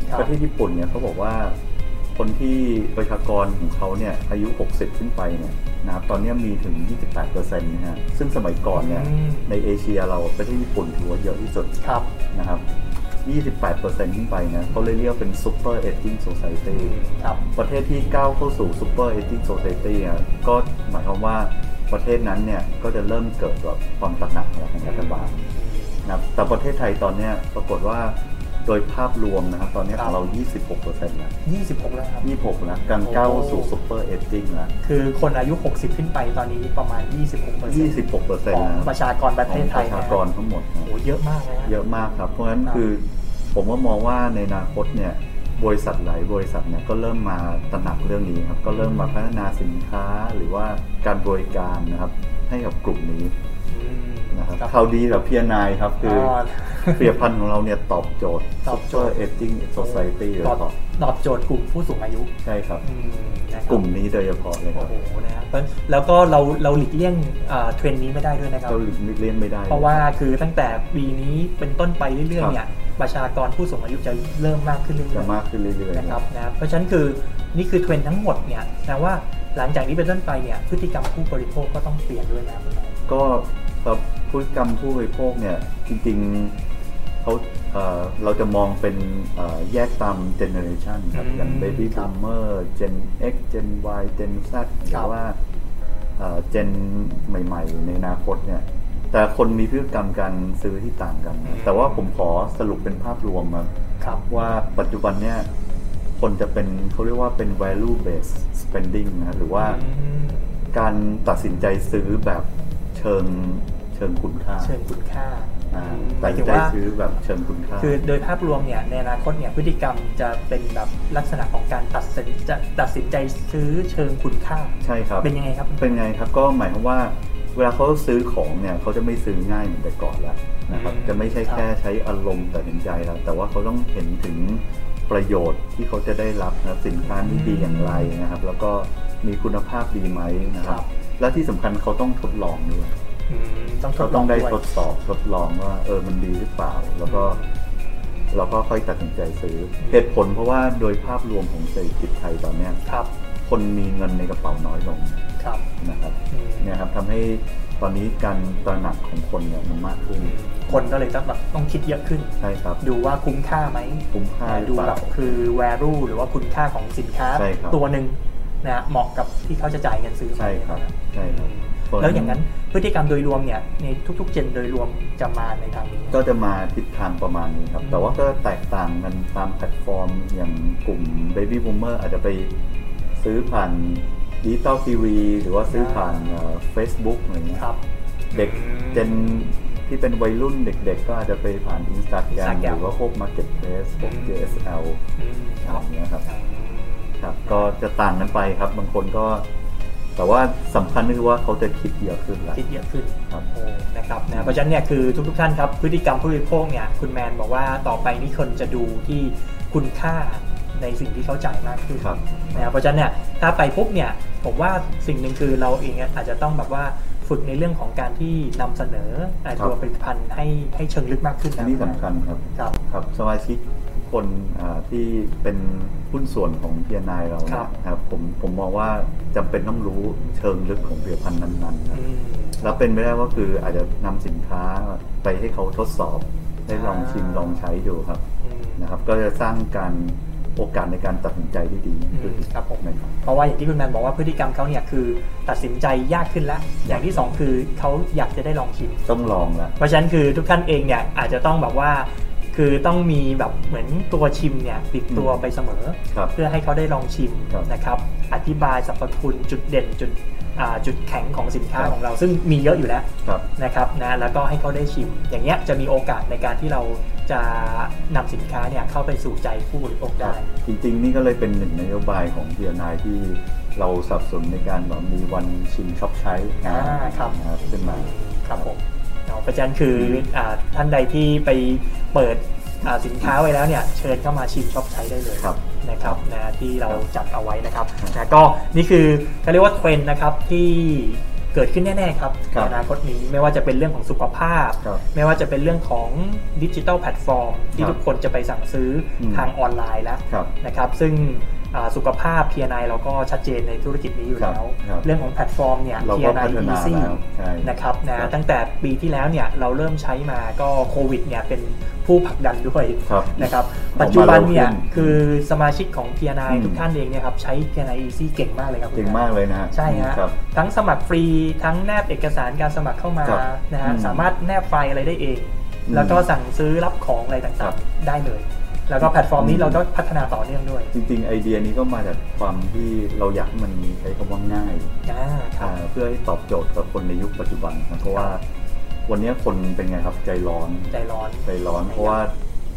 A: ครับ
B: ประเทศญี่ปุ่นเนี่ยเขาบอกว่าคนที่ประชากรของเขาเนี่ยอายุ 60 ขึ้นไปเนี่ยนะครับตอนนี้มีถึง 28%นะฮะซึ่งสมัยก่อนเนี่ย
A: อืม
B: ในเอเชียเราประเทศญี่ปุ่นถือว่าเยอะที่สุด
A: ครับ
B: นะครับ 28%ขึ้นไปนะเขาเลยเรียกเป็น super aging society
A: ครับ
B: ประเทศที่ก้าวเข้าสู่ super aging society อะก็หมายความว่าประเทศนั้นเนี่ยก็จะเริ่มเกิดแบบความตระหนักของรัฐบาลนะครับแต่ประเทศไทยตอนเนี้ยปรากฏว่าโดยภาพรวมนะครับ ตอนเนี้ย
A: ครับ
B: ของเรา 26%แล้ว
A: 26 แล้วครับ
B: 26แล้วการก้าวสู่ super aging แล้ว
A: คือคนอายุ 60 ขึ้นไปตอนนี้ประมาณ 26
B: 26%
A: ของ
B: แล้ว
A: ประชากรประเทศไทย
B: ของ
A: นะ
B: ประชากรทั้งหมดนะ
A: โอ้เยอะมากนะฮะ
B: เยอะมากครับ เพราะฉะนั้น
A: ครับ
B: คือผมว่ามองว่าในอนาคตเนี่ยบริษัทหลายบริษัทเนี่ยก็เริ่มมาตระหนักเรื่องนี้ครับ ก็เริ่มมาพัฒนาสินค้าหรือว่าการบริการนะครับให้กับกลุ่มนี้นะครับข่าวดีแบบพีนายครับ คืออเปรียบพันธ์ของเราเนี่ยตอบโจทย์
A: ตอบโจทย์
B: Super Aging Society เลย
A: ตอบ
B: ครับ
A: ตอบโจทย์กลุ่มผู้สูงอายุ
B: ใช่ครับ
A: อืมนะครับ
B: กลุ่มนี้โดยเฉพาะเลยค
A: โอ้
B: รับ
A: โหนะฮะเพราะแล้วก็เราเราหลีกเลี่ยงอ่าเทรนด์นี้ไม่ได้ด้วยนะครับ
B: เราหลีกเลี่ยงไม่ได้ลย
A: เพราะว่าคือตั้งแต่ปีนี้เป็นต้นไปเรื่อย
B: ค
A: ๆ
B: รับ
A: เนี่ยประชากรผู้สูงอายุจะเริ่มมากขึ้นเรื่
B: จะ
A: อยๆ
B: มากขึ้นเรื่อย
A: นะ
B: ๆ
A: ครับนะเพราะฉะนั้นคือนี่คือเทรนด์ทั้งหมดเนี่ยแปลว่าหลังจากนี้เป็นต้นไปเนี่ยพฤติกรรมผู้บริโภคก็ต้องเปลี่ยนด้วยนะคุณหมอ
B: ก็สำหรับพฤติกรรมผู้บริโภคเนี่ยจริงๆเขาเอ่อเราจะมองเป็นเอ่อแยกตามเจเนอเรชันครับ
A: อืม
B: อย่าง Baby
A: ครับ
B: Boomer Gen X Gen Y Gen Z หรือว่าเอ่อ Gen ใหม่ๆ ในอนาคตเนี่ย แต่คนมีพฤติกรรมการซื้อที่ต่างกันนะแต่ว่าผมขอสรุปเป็นภาพรวมมา
A: ครับ
B: ว่าปัจจุบันเนี่ย คนจะเป็นเขาเรียกว่าเป็น value based spending นะหรือว่า การตัดสินใจซื้อแบบเชิงเชิงคุณค่า
A: เชิงคุณค่า
B: อ่า
A: ห
B: ตั
A: มา
B: ด
A: ยถึง
B: สินใจ
A: ว่า
B: ซื้อแบบเชิงคุณค่า
A: คือโดยภาพรวมเนี่ยในอนาคตเนี่ยพฤติกรรมจะเป็นแบบลักษณะของการตัดสินจะตัดสินใจซื้อเชิงคุณค่า
B: ใช่ครับ
A: เป็นยังไงครับคุณหมอ
B: เป็นไงครับก็หมายความว่าเวลาเขาซื้อของเนี่ยเขาจะไม่ซื้อง่ายเหมือนแต่ก่อนแล้วนะครับ
A: อืม
B: จะไม่ใช่
A: ครับ
B: แค่ใช้อารมณ์ตัดสินใจแล้วแต่ว่าเขาต้องเห็นถึงประโยชน์ที่เขาจะได้รับนะครับสินค้าที่ดีอย่างไรนะครับ แล้วก็มีคุณภาพดีไหมนะครับ และที่สำคัญเขาต้องทดลองด้วย
A: อืมต้องท
B: เรา
A: ดล
B: ต้
A: อ
B: อง งได้
A: ด้วย
B: ทดสอบทดลองว่าเออมันดีหรือเปล่า แล้วก็เราก็ค่อยตัดสินใจซื้ออ
A: ม
B: เหตุผลเพราะว่าโดยภาพรวมของเศรษฐกิจไทยตอนเนี้ย
A: ครับ
B: คนมีเงินในกระเป๋าน้อยลง
A: ครับ
B: นะครับ
A: อืม
B: เนี่ยครับทำให้ตอนนี้การตระหนักของคนเนี่ยมันมากขึ้น
A: คนก็เลยต้องแบบต้องคิดเยอะขึ้น
B: ใช่ครับ
A: ดูว่าคุ้มค่าไหม
B: คุ้มค่าหรื
A: ดู
B: อเป
A: แบ
B: ล่า
A: บคือ value หรือว่าคุณค่าของสินค้า
B: ใช่ครับ
A: ตัวหนึ่งนะฮะเหมาะกับที่เขาจะจ่ายเงินซื้อไหม
B: ใช่ครับใช่ครับ
A: อืมแล้วอย่างนั้นพฤติกรรมโดยรวมเนี่ยในทุกๆ เจนโดยรวมจะมาในทางนี้
B: ก็จะมาทิศทางประมาณนี้ครับ
A: อืม
B: แต่ว่าก็แตกต่างกันตามแพลตฟอร์มอย่างกลุ่ม Baby Boomer อาจจะไปซื้อผ่านดิจิตอลทีวีหรือว่าซื้อผ่าน
A: อ่า
B: เฟซบุ๊กอะไรเงี้ย
A: ครับ
B: เด็ก
A: อืม
B: เจนที่เป็นวัยรุ่นเด็กๆ ก็อาจจะไปผ่าน Instagram
A: Instagram
B: หรือว่าพวก Marketplace พวก
A: อืม
B: JSL
A: อืม
B: อะ
A: ค
B: ไร
A: รับ
B: เงี้ยครับครับ ก็จะต่างกันไปครับ บางคนก็ แต่ว่าสำคัญก็คือว่าเขาจะคิดเยอะขึ้นแหละ
A: คิดเยอะขึ้น
B: ครับ
A: โอ้นะครับนะเพราะฉะนั้นเนี่ยคือทุกๆท่านครับพฤติกรรมผู้บริโภคเนี่ยคุณแมนบอกว่าต่อไปนี่คนจะดูที่คุณค่าในสิ่งที่เขาจ่ายมากขึ้น
B: ครับ
A: นะครับเพราะฉะนั้นเนี่ยถ้าไปปุ๊บเนี่ยผมว่าสิ่งหนึ่งคือเราเองเนี่ยอาจจะต้องแบบว่าฝึกในเรื่องของการที่นำเสนอไอ้
B: ครับ
A: ตัวผลิตภัณฑ์ให้ให้เชิงลึกมากขึ้น
B: อัน
A: นะ
B: นี้สำคัญครับ
A: ครับ
B: ครับสมาชิกทุกคนอ่าที่เป็นหุ้นส่วนของพีนายเรา
A: ครับ
B: นะครับผมผมมองว่าจำเป็นต้องรู้เชิงลึกของผลิตภัณฑ์นั้นๆครับ
A: อืม
B: แล้วเป็นไม่ได้ว่าคืออาจจะนำสินค้าไปให้เขาทดสอบได้ลองชิม
A: อ่า
B: ลองใช้ดูครับ
A: อืม
B: นะครับ ก็จะสร้างการโอกาสในการตัดสินใจที่ดีขึ้น
A: อืมครับผม
B: นะครับ
A: เพราะว่าอย่างที่คุณแมนบอกว่าพฤติกรรมเขาเนี่ยคือตัดสินใจยากขึ้นแล้วอย่างที่สองคือเขาอยากจะได้ลองชิม
B: ต้องลองแล้ว
A: เพราะฉะนั้นคือทุกท่านเองเนี่ยอาจจะต้องแบบว่า คือต้องมีแบบเหมือนตัวชิมเนี่ยติดตัว
B: อืม
A: ไปเสมอ
B: ครับ
A: เพื่อให้เขาได้ลองชิม
B: ครับ
A: นะครับ อธิบายสรรพคุณจุดเด่นจุดอ่าจุดแข็งของสินค้า
B: ครับ
A: ของเรา ซึ่งมีเยอะอยู่แล้ว
B: ครับ
A: นะครับนะแล้วก็ให้เขาได้ชิม อย่างเงี้ยจะมีโอกาสในการที่เราจะนำสินค้าเนี่ยเข้าไปสู่ใจผู้บริโภคได้
B: จริงๆ นี่ก็เลยเป็นหนึ่งนโยบายของพีนายที่เราสนับสนุนในการแบบมีวันชิมช็อปใช้
A: อ่าครับ
B: นะครับขึ้นมา
A: ครับผมเนาะเพราะฉะนั้นคืออ่าท่านใดที่ไปเปิด อ่าสินค้าไว้แล้วเนี่ยเชิญเข้ามาชิมช็อปใช้ได้เลย
B: ครับ
A: นะครับนะที่เรา
B: ครับ
A: จัดเอาไว้นะครับ
B: ครับ
A: นะก็นี่คือเขาเรียกว่าเทรนด์นะครับที่เกิดขึ้นแน่ๆครับ
B: ครั
A: ใน
B: บ
A: อนาคตนี้ไม่ว่าจะเป็นเรื่องของสุขภาพ
B: ครับ
A: ไม่ว่าจะเป็นเรื่องของดิจิทัลแพลตฟอร์มที่
B: ครับ
A: ทุกคนจะไปสั่งซื้ออ
B: ม
A: ทางออนไลน์แล้ว
B: ครับ
A: นะครับซึ่งอ่าสุขภาพ PNI เราก็ชัดเจนในธุรกิจนี้อยู่แล้ว
B: ครับ
A: เรื่องของแพลตฟอร์มเนี่ย
B: เราก็
A: PNI
B: พัฒนา
A: Easy
B: แล้วใช่
A: นะครับนะครับ ตั้งแต่ปีที่แล้วเนี่ยเราเริ่มใช้มาก็โควิดเนี่ยเป็นผู้ผลักดันด้วย
B: ครับ
A: นะครับ
B: ผมว่า
A: ปัจจุบันเนี่ย
B: เราขึ้น
A: คือสมาชิกของ PNI
B: อืม
A: ทุกท่านเองเนี่ยครับใช้ PNI Easy เก่งมากเลยครับคุณ
B: เก่งมากเลยนะฮะ
A: ใช่ฮะ
B: ครับ
A: ทั้งสมัครฟรีทั้งแนบเอกสารการสมัครเข้ามา
B: ครับ
A: นะฮะ
B: อืม
A: สามารถแนบไฟล์อะไรได้เอง
B: อืม
A: แล้วก็สั่งซื้อรับของอะไร
B: ครั
A: ต่าง
B: บ
A: ๆได้เลย แล้วก็แพลตฟอร์มนี้เราก็พัฒนาต่อเนื่องด้วย
B: จริงๆ ไอเดียนี้ก็มาจากความที่เราอยากให้มันใช้คำว่าง่าย
A: อ่าครับ
B: อ่าเพื่อให้ตอบโจทย์กับคนในยุคปัจจุบันนะเพราะว่า วันนี้คนเป็นไงครับใจร้อน
A: ใจร้อน
B: ใจร้อน เพราะว่า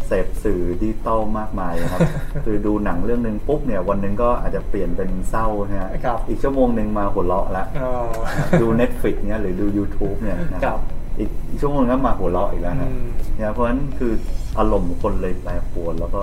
B: เสพสื่อดิจิตอลมากมาย
A: [LAUGHS]
B: นะครับ คือดูหนังเรื่องหนึ่งปุ๊บเนี่ยวันหนึ่งก็อาจจะเปลี่ยนเป็นเศร้านะฮะ
A: ครับ
B: อีกชั่วโมงหนึ่งมาหัวเราะ
A: [LAUGHS]
B: ละ
A: เออ
B: ดู Netflix เนี่ยหรือดู YouTube เนี่ยนะค
A: ครั
B: รับบ อีกอีกชั่วโมงหนึ่งก็มาหัวเราะอีกแล้ว
A: อื
B: นะ
A: ม
B: เนี่ยเพราะฉะนั้นคืออารมณ์ของคนเลยแปรปรวนแล้วก็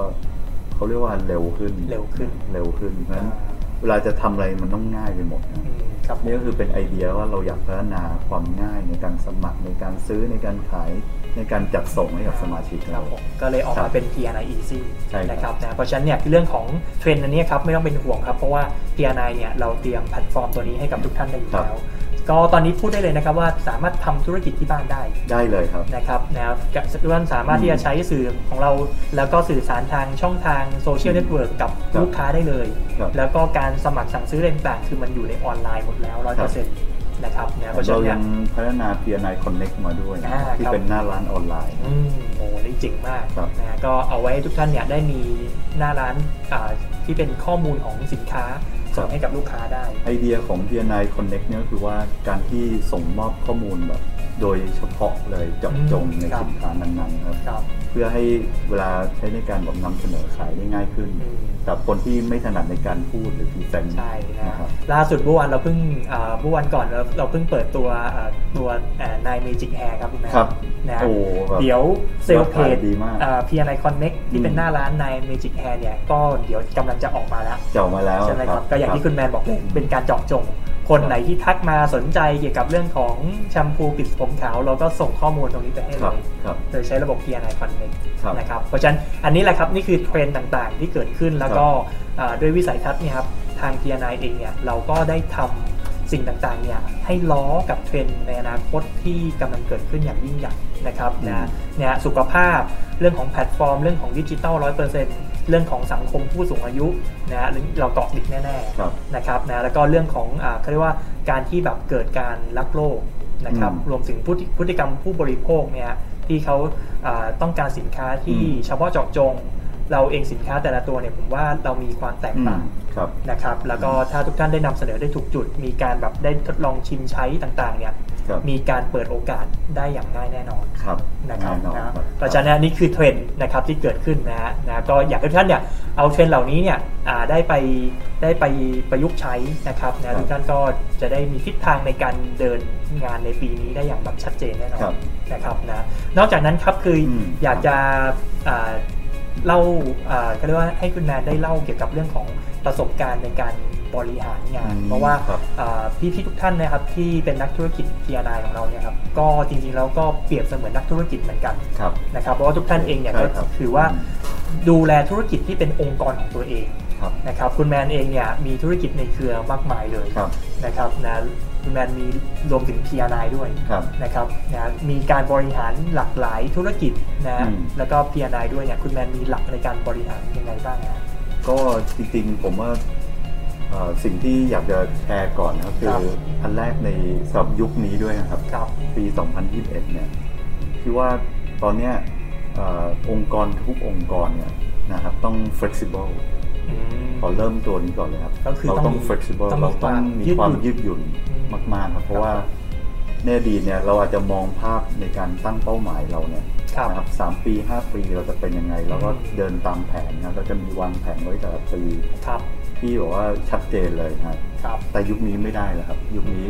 B: เขาเรียกว่าเร็วขึ้น
A: เร็วขึ้น
B: เร็วขึ้นเพราะฉะ
A: อ่า
B: นั้นเวลาจะทำอะไรมันต้องง่ายไปหมดนะ
A: อืมครับ
B: นี่ก็คือเป็นไอเดียว่าเราอยากพัฒนาความง่ายในการสมัครในการซื้อในการขายในการจัดส่งให้กับสมาชิก
A: ครั
B: เรา
A: บผมก็เลยออก
B: ครั
A: มา
B: บ
A: เป็น PNI Easy
B: ใช่ครับ
A: นะครับนะเพราะฉะนั้นเนี่ยเรื่องของเทรนด์อันนี้ครับไม่ต้องเป็นห่วงครับ เพราะว่า PNI เนี่ยเราเตรียมแพลตฟอร์มตัวนี้ให้กับทุกท่านได้อยู่
B: ครับ
A: แล้ว ก็ตอนนี้พูดได้เลยนะครับว่าสามารถทำธุรกิจที่บ้านได้
B: ได้เลยครับ
A: นะครับนะกับทุกท่านสามารถที่จะใช้สื่อของเรา แล้วก็สื่อสารทางช่องทางโซเชียลเน็ตเวิร์กกับ
B: ครับ
A: ลูกค้าได้เลย
B: ครับ
A: แล้วก็การสมัครสั่งซื้ออะไรต่างๆคือมันอยู่ในออนไลน์หมดแล้วร้อย
B: ครั
A: เปอบ ร์เซ็นต์นะครับนะเพราะฉะ
B: เรา
A: นั้นเนี่
B: ยั
A: ย
B: งพัฒนา P&I Connect มาด้วย
A: อ่าครับ
B: ที่เป็นหน้าร้านออนไลน์
A: อืมโหนี่เจ๋งมาก
B: ครับ
A: นะฮะก็เอาไว้ให้ทุกท่านเนี่ยได้มีหน้าร้านอ่าที่เป็นข้อมูลของสินค้า
B: ค
A: ส่
B: รั
A: ง
B: บ
A: ให้กับลูกค้าได้
B: ไอเดียของ P&I Connect เนี่ยก็คือว่าการที่ส่งมอบข้อมูลแบบ โดยเฉพาะเลยเจาะจงใน
A: ครับ
B: สินค้านั้นๆครับ
A: ครับ
B: เพื่อให้เวลาใช้ในการแบบนำเสนอขายได้ง่ายขึ้น
A: อืม
B: กับคนที่ไม่ถนัดในการพูดหรือพรีเซนต์
A: ใช่นะ
B: นะค
A: ฮะ
B: รับ
A: ล่าสุดเมื่อวานเราเพิ่งอ่าเมื่อวันก่อนเราเราเพิ่งเปิดตัวอ่าตัวนายเมจิกแฮร์ครับคุณแม่
B: ครับ
A: นะฮะ
B: โอ้แบบ
A: เดี๋ยวเซลล์เพจ
B: ดีมาก
A: พีไอคอนเน็กที่เป็น
B: อืม
A: หน้าร้านนายเมจิกแฮร์เนี่ยก็เดี๋ยวกำลังจะออกมาแล้ว
B: เจาะมาแล้ว
A: ใช่ไหมครับ ก็อย่างที่
B: รับ
A: คุณแมนบอกเลยเป็นการเจาะจง คนไหนที่ทักมาสนใจเกี่ยวกับเรื่องของแชมพูปิดผมขาว เราก็ส่งข้อมูลตรงนี้ไปให้
B: ค
A: เล
B: รับ
A: ย
B: ครับ
A: โดยใช้ระบบ PNI Connect
B: ครับ
A: นะครับ เพราะฉะนั้นอันนี้แหละครับ นี่คือเทรนด์ต่างๆ ที่เกิดขึ้นแล้วก็อ่าด้วยวิสัยทัศน์เนี่ยครับทาง PNI เองเนี่ยเราก็ได้ทำสิ่งต่างๆเนี่ยให้ล้อกับเทรนด์ในอนาคตที่กำลังเกิดขึ้นอย่างยิ่งใหญ่นะครับ
B: อืม
A: นะเนี่ยสุขภาพเรื่องของแพลตฟอร์ม เรื่องของดิจิทัลร้อยเปอร์เซ็นต์เรื่องของสังคมผู้สูงอายุนะฮะเราเกาะติดแน่ๆ
B: ครับ
A: นะครับนะแล้วก็เรื่องของอ่าเขาเรียกว่าการที่แบบเกิดการลักโลกนะครับ
B: อืม
A: รวมถึงพฤติพฤติกรรมผู้บริโภคเนี่ยที่เขาอ่าต้องการสินค้าที่
B: อืม
A: เฉพาะเจาะจง เราเองสินค้าแต่ละตัวเนี่ยผมว่าเรามีความแตก
B: อืม
A: ต่าง
B: ครับ
A: นะครับแล้วก็ถ้าทุกท่านได้นำเสนอได้ถูกจุด มีการแบบได้ทดลองชิมใช้ต่างๆเนี่ย
B: ครับ
A: มีการเปิดโอกาสได้อย่างง่ายแน่นอน
B: ครับ
A: นะครับ
B: แอ
A: นะ
B: คบ
A: เพราะฉะนั้นนี่คือเทรนด์นะครับที่เกิดขึ้นนะฮะนะก็อยากให้ทุกท่านเนี่ยเอาเทรนด์เหล่านี้เนี่ยอ่าได้ไปได้ไปประยุกต์ใช้นะครับ
B: ครั
A: นะ
B: บ
A: ทุกท่านก็จะได้มีทิศทางในการเดินงานในปีนี้ได้อย่างแบบชัดเจนแน่นอ
B: คน รับ
A: นะครับนะนอกจากนั้นครับคืออ
B: ม
A: อยากจะอ่าเล่าอ่าเขาเรียกว่าให้คุณแมนได้เล่าเกี่ยวกับเรื่องของประสบการณ์ในการบริหารงาน
B: อืม
A: เพราะว่า
B: ครับ
A: พี่าพี่ๆทุกท่านนะครับที่เป็นนักธุรกิจ P&I ของเราเนี่ยครับก็จริงๆแล้วก็เปรียบเสมือนนักธุรกิจเหมือนกัน
B: ครับ
A: นะครับเพราะว่าทุกท่านเองเนี่ยก็
B: ใช่รับ
A: ถือว่าดูแลธุรกิจที่เป็นองค์กรของตัวเอง
B: ครับ
A: นะครับคุณแมนเองเนี่ยมีธุรกิจในเครือมากมายเลย
B: ครับ
A: นะครับนะคุณแมนมีรวมถึง P&I ด้วย
B: ครับ
A: นะครับนะมีการบริหารหลากหลายธุรกิจนะ
B: อืม
A: แล้วก็ P&I ด้วยเนี่ยคุณแมนมีหลักในการบริหารยังไงบ้างนะ
B: ก็จริงๆผมว่าเอ่อสิ่งที่อยากจะแชร์ก่อนนะครับคื
A: ค
B: อ
A: รับ
B: อันแรกในสำหรับยุคนี้ด้วยนะครับ
A: ครับ
B: ปี 2021 เนี่ยที่ว่าตอนเนี้ยเอ่อองค์กรทุกองค์กรเนี่ยนะครับต้อง flexible ขอเริ่มตัวนี้ก่อนเลยครับ
A: ก็คือ
B: เรา
A: ต้
B: ต้
A: อ
B: องง
A: มี
B: flexible
A: ต้องมี
B: เราต้องมีความ
A: ยื
B: ยื
A: ด
B: ด
A: ห
B: ห
A: ยุ่
B: ยุ่
A: น
B: น
A: อืม
B: มากๆครับ
A: ค
B: เพ
A: รับ
B: ราะว่าในอดีตเนี่ยเราอาจจะมองภาพในการตั้งเป้าหมายเราเนี่ย
A: ครับ
B: นะครับสามปีห้าปีเราจะเป็นยังไงเราก็
A: อืม
B: เดินตามแผนนะเราจะมีวางแผนไว้แต่ละปี
A: ครับ
B: ที่แบอกว่าชัดเจนเลยนะครับ
A: ครับ
B: แต่ยุคนี้ไม่ได้แล้วครับ ยุคนี้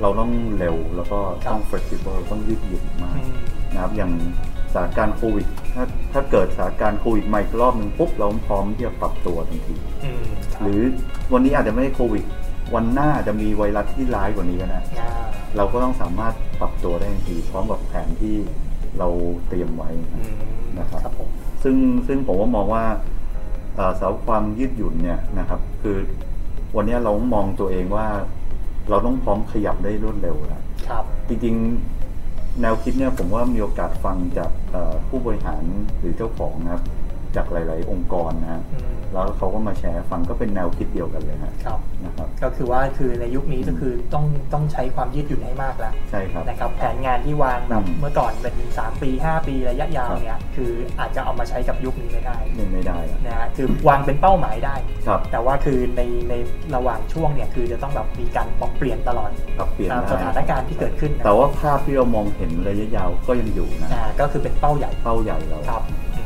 B: เราต้องเร็วแล้วก็ต้อง flexible ต้องยืดหยุ่นมาก นะครับอย่างสถานการณ์โควิด ถ้าถ้าเกิดสถานการณ์โควิดใหม่อีกรอบหนึ่งปุ๊บเราพร้อมที่จะปรับตัวทันที
A: อืมคบ
B: หรือวันนี้อาจจะไม่ได้โควิด วันหน้าจะมีไวรัสที่ร้ายกว่านี้ก็ได้
A: อ่า
B: เราก็ต้องสามารถปรับตัวได้ทันทีพร้อมกับแผนที่เราเตรียมไว้นะ
A: อืม
B: นะครับ
A: ครับผม
B: ซึ่งซึ่งผมว่ามองว่าเอ่อสำหรับความยืดหยุ่นเนี่ยนะครับ คือวันนี้เราต้องมองตัวเองว่า เราต้องพร้อมขยับได้รวดเร็วแล้ว
A: ครับ
B: จริงๆ แนวคิดเนี่ยผมว่ามีโอกาสฟังจากเอ่อผู้บริหารหรือเจ้าของนะครับ จากหลาย ๆ องค์กรนะฮะ
A: อืม
B: แล้วเขาก็มาแชร์ให้ฟังก็เป็นแนวคิดเดียวกันเลยฮะ
A: ครับ
B: นะครับ
A: ก็คือว่าคือในยุคนี้ก็คือต้องต้องใช้ความยืดหยุ่นให้มากแล้ว
B: ใช่ครับ
A: นะครับ แผนงานที่วางแบบ
B: อืม
A: เมื่อก่อนเป็น3ปี 5 ปีระยะยาว
B: ครับ
A: เนี่ยคืออาจจะเอามาใช้กับยุคนี้ไม่ได้
B: ไม่ไม่ได้อะ
A: นะฮะคือวางเป็นเป้าหมายได้
B: ครับ
A: แต่ว่าคือในในระหว่างช่วงเนี่ยคือจะต้องแบบมีการปรับเปลี่ยนตลอด
B: ปรับเปลี่ยน
A: ตาม
B: ได้
A: สถานการณ์ที่เกิดขึ้นนะ
B: แต่ว่าภาพที่เรามองเห็นระยะยาวก็ยังอยู่นะ
A: อ่าก็คือเป็นเป้าใหญ่
B: เป้าใหญ่เรา
A: ครับ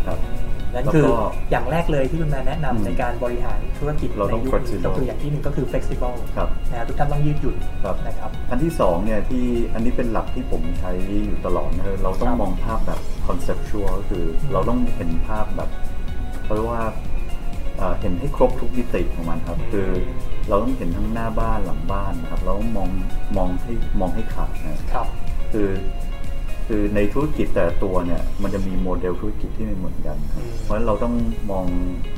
B: ครับ
A: นั่น
B: แล้วก็
A: คืออย่างแรกเลยที่คุณแม่แนะนำ
B: อืม
A: ในการบริหารธุรกิจ
B: เรา
A: ใน
B: ต้อง
A: ยุคนี้
B: flexible
A: ก็คืออย่างที่หนึ่งก็คือ flexible
B: ครับ
A: นะฮะทุกท่านต้องยืดหยุ่น
B: ครับ
A: นะครับ
B: อันที่สองเนี่ยที่อันนี้เป็นหลักที่ผมใช้อยู่ตลอดนะเราต้อ
A: ค
B: ง
A: รับ
B: มองภาพแบบคอนเซปชวลก็คือ
A: ม
B: เราต้องเห็นภาพแบบเขาเรียกว่าเอ่อเห็นให้ครบทุกมิติของมันครับ คือเราต้องเห็นทั้งหน้าบ้านหลังบ้านนะครับ เราต้องมองมองให้มองให้ขาดนะครับ คือคือในธุรกิจแต่ละตัวเนี่ย มันจะมีโมเดลธุรกิจที่ไม่เหมือนกันครับ
A: อืม
B: เพราะฉะนั้นเราต้องมอง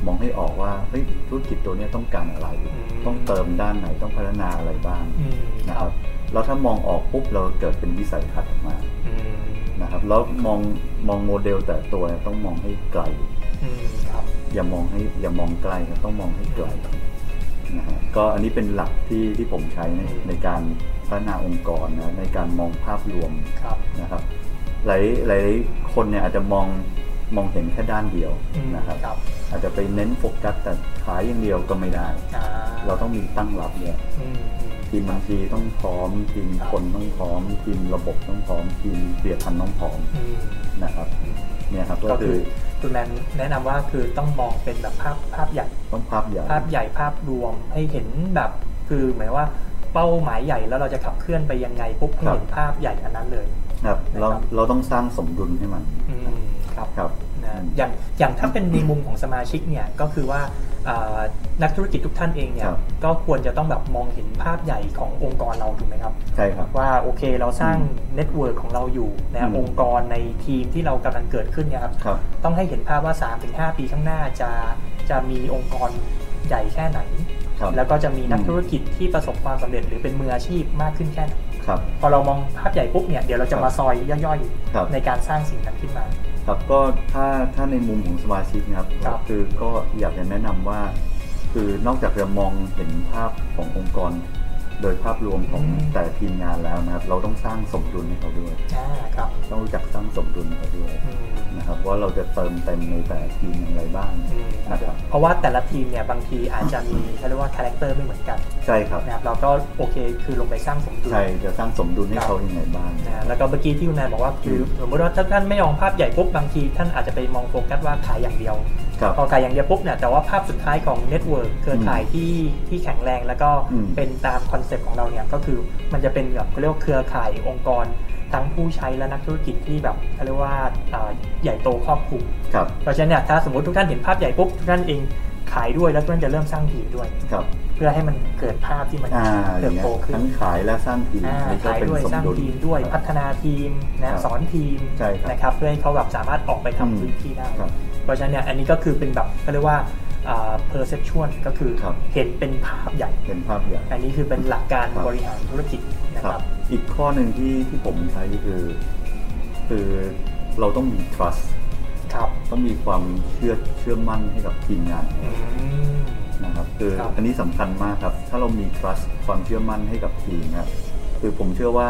B: มองให้ออกว่าเฮ้ยธุรกิจตัวเนี้ยต้องการอะไร
A: อืม
B: ต้องเติมด้านไหนต้องพัฒนาอะไรบ้าง
A: อืม
B: นะค
A: ครั
B: รั
A: บบ
B: แล้วถ้ามองออกปุ๊บเราเกิดเป็นวิสัยทัศน์ออกมา
A: อืม
B: นะครับแล้วมองมองโมเดลแต่ละตัวเนี่ยต้องมองให้ไกล
A: อืมครับ
B: อย่ามองให้อย่ามองไกลนะต้องมองให้ไกลนะฮะก็อันนี้เป็นหลักที่ที่ผมใช้ในในการพัฒนาองค์กรนะในการมองภาพรวม
A: ครับ
B: นะครับหลายหลายคนเนี่ยอาจจะมองมองเห็นแค่ด้านเดียว
A: อืม
B: นะครับ
A: ครับ
B: อาจจะไปเน้นโฟกัสแต่ขายอย่างเดียวก็ไม่ได้
A: อ่า
B: เราต้องมีตั้งหลักเนี่ย
A: อืมอืม
B: ทีมบัญชีต้องพร้อม ทีม
A: ครับ
B: คนต้องพร้อม ทีมระบบต้องพร้อม ทีมเปลียนพันธุ์ต้องพร้อม
A: อืม
B: นะครับเนี่ยครับ
A: ก็
B: ก็
A: คื
B: คือ อ
A: คุณแมนแนะนำว่าคือต้องมองเป็นแบบภาพภาพใหญ่
B: ต้องภาพใหญ่
A: ภาพใหญ่ภาพรวมให้เห็นแบบคือหมายว่าเป้าหมายใหญ่แล้วเราจะขับเคลื่อนไปยังไงปุ๊บให้เห็นภาพใหญ่อันนั้นเลย
B: ครับเรา
A: นะครับ
B: เราต้องสร้างสมดุลให้มัน
A: อืมครับ
B: ครับ
A: นะอย่างอย่างถ้าเป็นในมุมของสมาชิกเนี่ยก็คือว่าอ่านักธุรกิจทุกท่านเองเนี่ยก็ควรจะต้องแบบมองเห็นภาพใหญ่ขององค์กรเราถูกไหมครับ
B: ใช่ครับ
A: ว่าโอเคเราสร้างเน็ตเวิร์กของเราอยู่
B: อื
A: นะ
B: ม
A: องค์กรในทีมที่เรากำลังเกิดขึ้นเนี่ยครับ
B: ครับ
A: ต้องให้เห็นภาพว่า 3-5 ปีข้างหน้าจะจะมีองค์กรใหญ่แค่ไหน
B: ครับ
A: แล้วก็จะมีนัก
B: อืม
A: ธุรกิจที่ประสบความสำเร็จหรือเป็นมืออาชีพมากขึ้นแค่ไหน
B: ครับ
A: พอเรามองภาพใหญ่ปุ๊บเนี่ยเดี๋ยวเราจะ
B: ครับ
A: มาซอยย่อย
B: ครับ
A: ๆ ในการสร้างสิ่งนั้นขึ้นมา
B: ครับก็ถ้าถ้าในมุมของสมาชิกนะครับ
A: ครับ
B: อก็อยากจะแนะนำว่า คือนอกจากจะมองเห็นภาพขององค์กร โดยภาพรวมของแต่ละทีมงานแล้วนะครับ เราต้องสร้างสมดุลให้เขาด้วย
A: อ่าครับ
B: ต้องรู้จักสร้างสมดุลให้เขาด้วย
A: อืม
B: นะครับว่าเราจะเติมเต็มในแต่ละทีมอย่างไรบ้าง
A: อืม
B: นะครับ
A: เพราะว่าแต่ละทีมเนี่ยบางทีอาจจะมีเขาเรียกว่าคาแรคเตอร์ไม่เหมือนกัน
B: ใช่ครับ
A: นะครับเราก็โอเคคือลงไปสร้างสมดุล
B: ใช่จะสร้างสมดุลให้
A: ครับ
B: เขาอย่างไรบ้าง
A: นะแล้วก็เมื่อกี้ที่คุณนายบอกว่าคือสมมติว่าถ้าท่านไม่มองภาพใหญ่ปุ๊บบางทีท่านอาจจะไปมองโฟกัสว่าขายอย่างเดียว
B: ครับ
A: พอขายอย่างเดียวปุ๊บเนี่ยแต่ว่าภาพสุดท้ายของเน็ตเวิร์กเครือข่ายที่ที่แข็งแรงแล้วก็
B: อืม
A: เป็นตามคอนเซ็ปต์ของเราเนี่ยก็คือมันจะเป็นแบบเขาเรียกว่าเครือข่ายองค์กร ทั้งผู้ใช้และนักธุรกิจที่แบบเขาเรียกว่าอ่าใหญ่โตครอบคลุม
B: ครับ
A: เพราะฉะนั้นเนี่ยถ้าสมมติทุกท่านเห็นภาพใหญ่ปุ๊บทุกท่านเองขายด้วยแล้วทุกท่านจะเริ่มสร้างทีมด้วย
B: ครับ
A: เพื่อให้มันเกิดภาพที่มัน
B: อ่าอ
A: เติ
B: ย่า
A: บ
B: งเงี้ย
A: โตขึ้น
B: ทั้งขายและสร้างทีม
A: อ่า
B: นี่ก็
A: ขาย
B: เป็น
A: ด้วย
B: สม
A: สร้าง
B: ดุล
A: ทีมด้วย
B: ค
A: พั
B: รับ
A: ฒนาทีม
B: ครั
A: นะ
B: บ
A: สอนทีม
B: ใช่ครับ
A: นะครับเพื่อให้เขาแบบสามารถออกไป
B: อืม
A: ทำพื้นที่ได้
B: ครับ
A: เพราะฉะนั้นเนี่ยอันนี้ก็คือเป็นแบบเขาเรียกว่าอ่า perception ก็คือ
B: ครับ
A: เห็นเป็นภาพใหญ่
B: เป็นภาพใหญ่
A: อันนี้คือเป็นหลักการ
B: ครับ
A: บริหารธุรกิจนะค
B: ครั
A: รับ บ
B: อีกข้อหนึ่งที่ที่ผมใช้คือ คือเราต้องมี trust
A: ครับ
B: ต้องมีความเชื่อเชื่อมั่นให้กับทีมงานของ
A: อื
B: เรา
A: ม
B: นะครับ คือ
A: ครับ
B: อันนี้สำคัญมากครับ ถ้าเรามี trust ความเชื่อมั่นให้กับทีมครับคือผมเชื่อว่า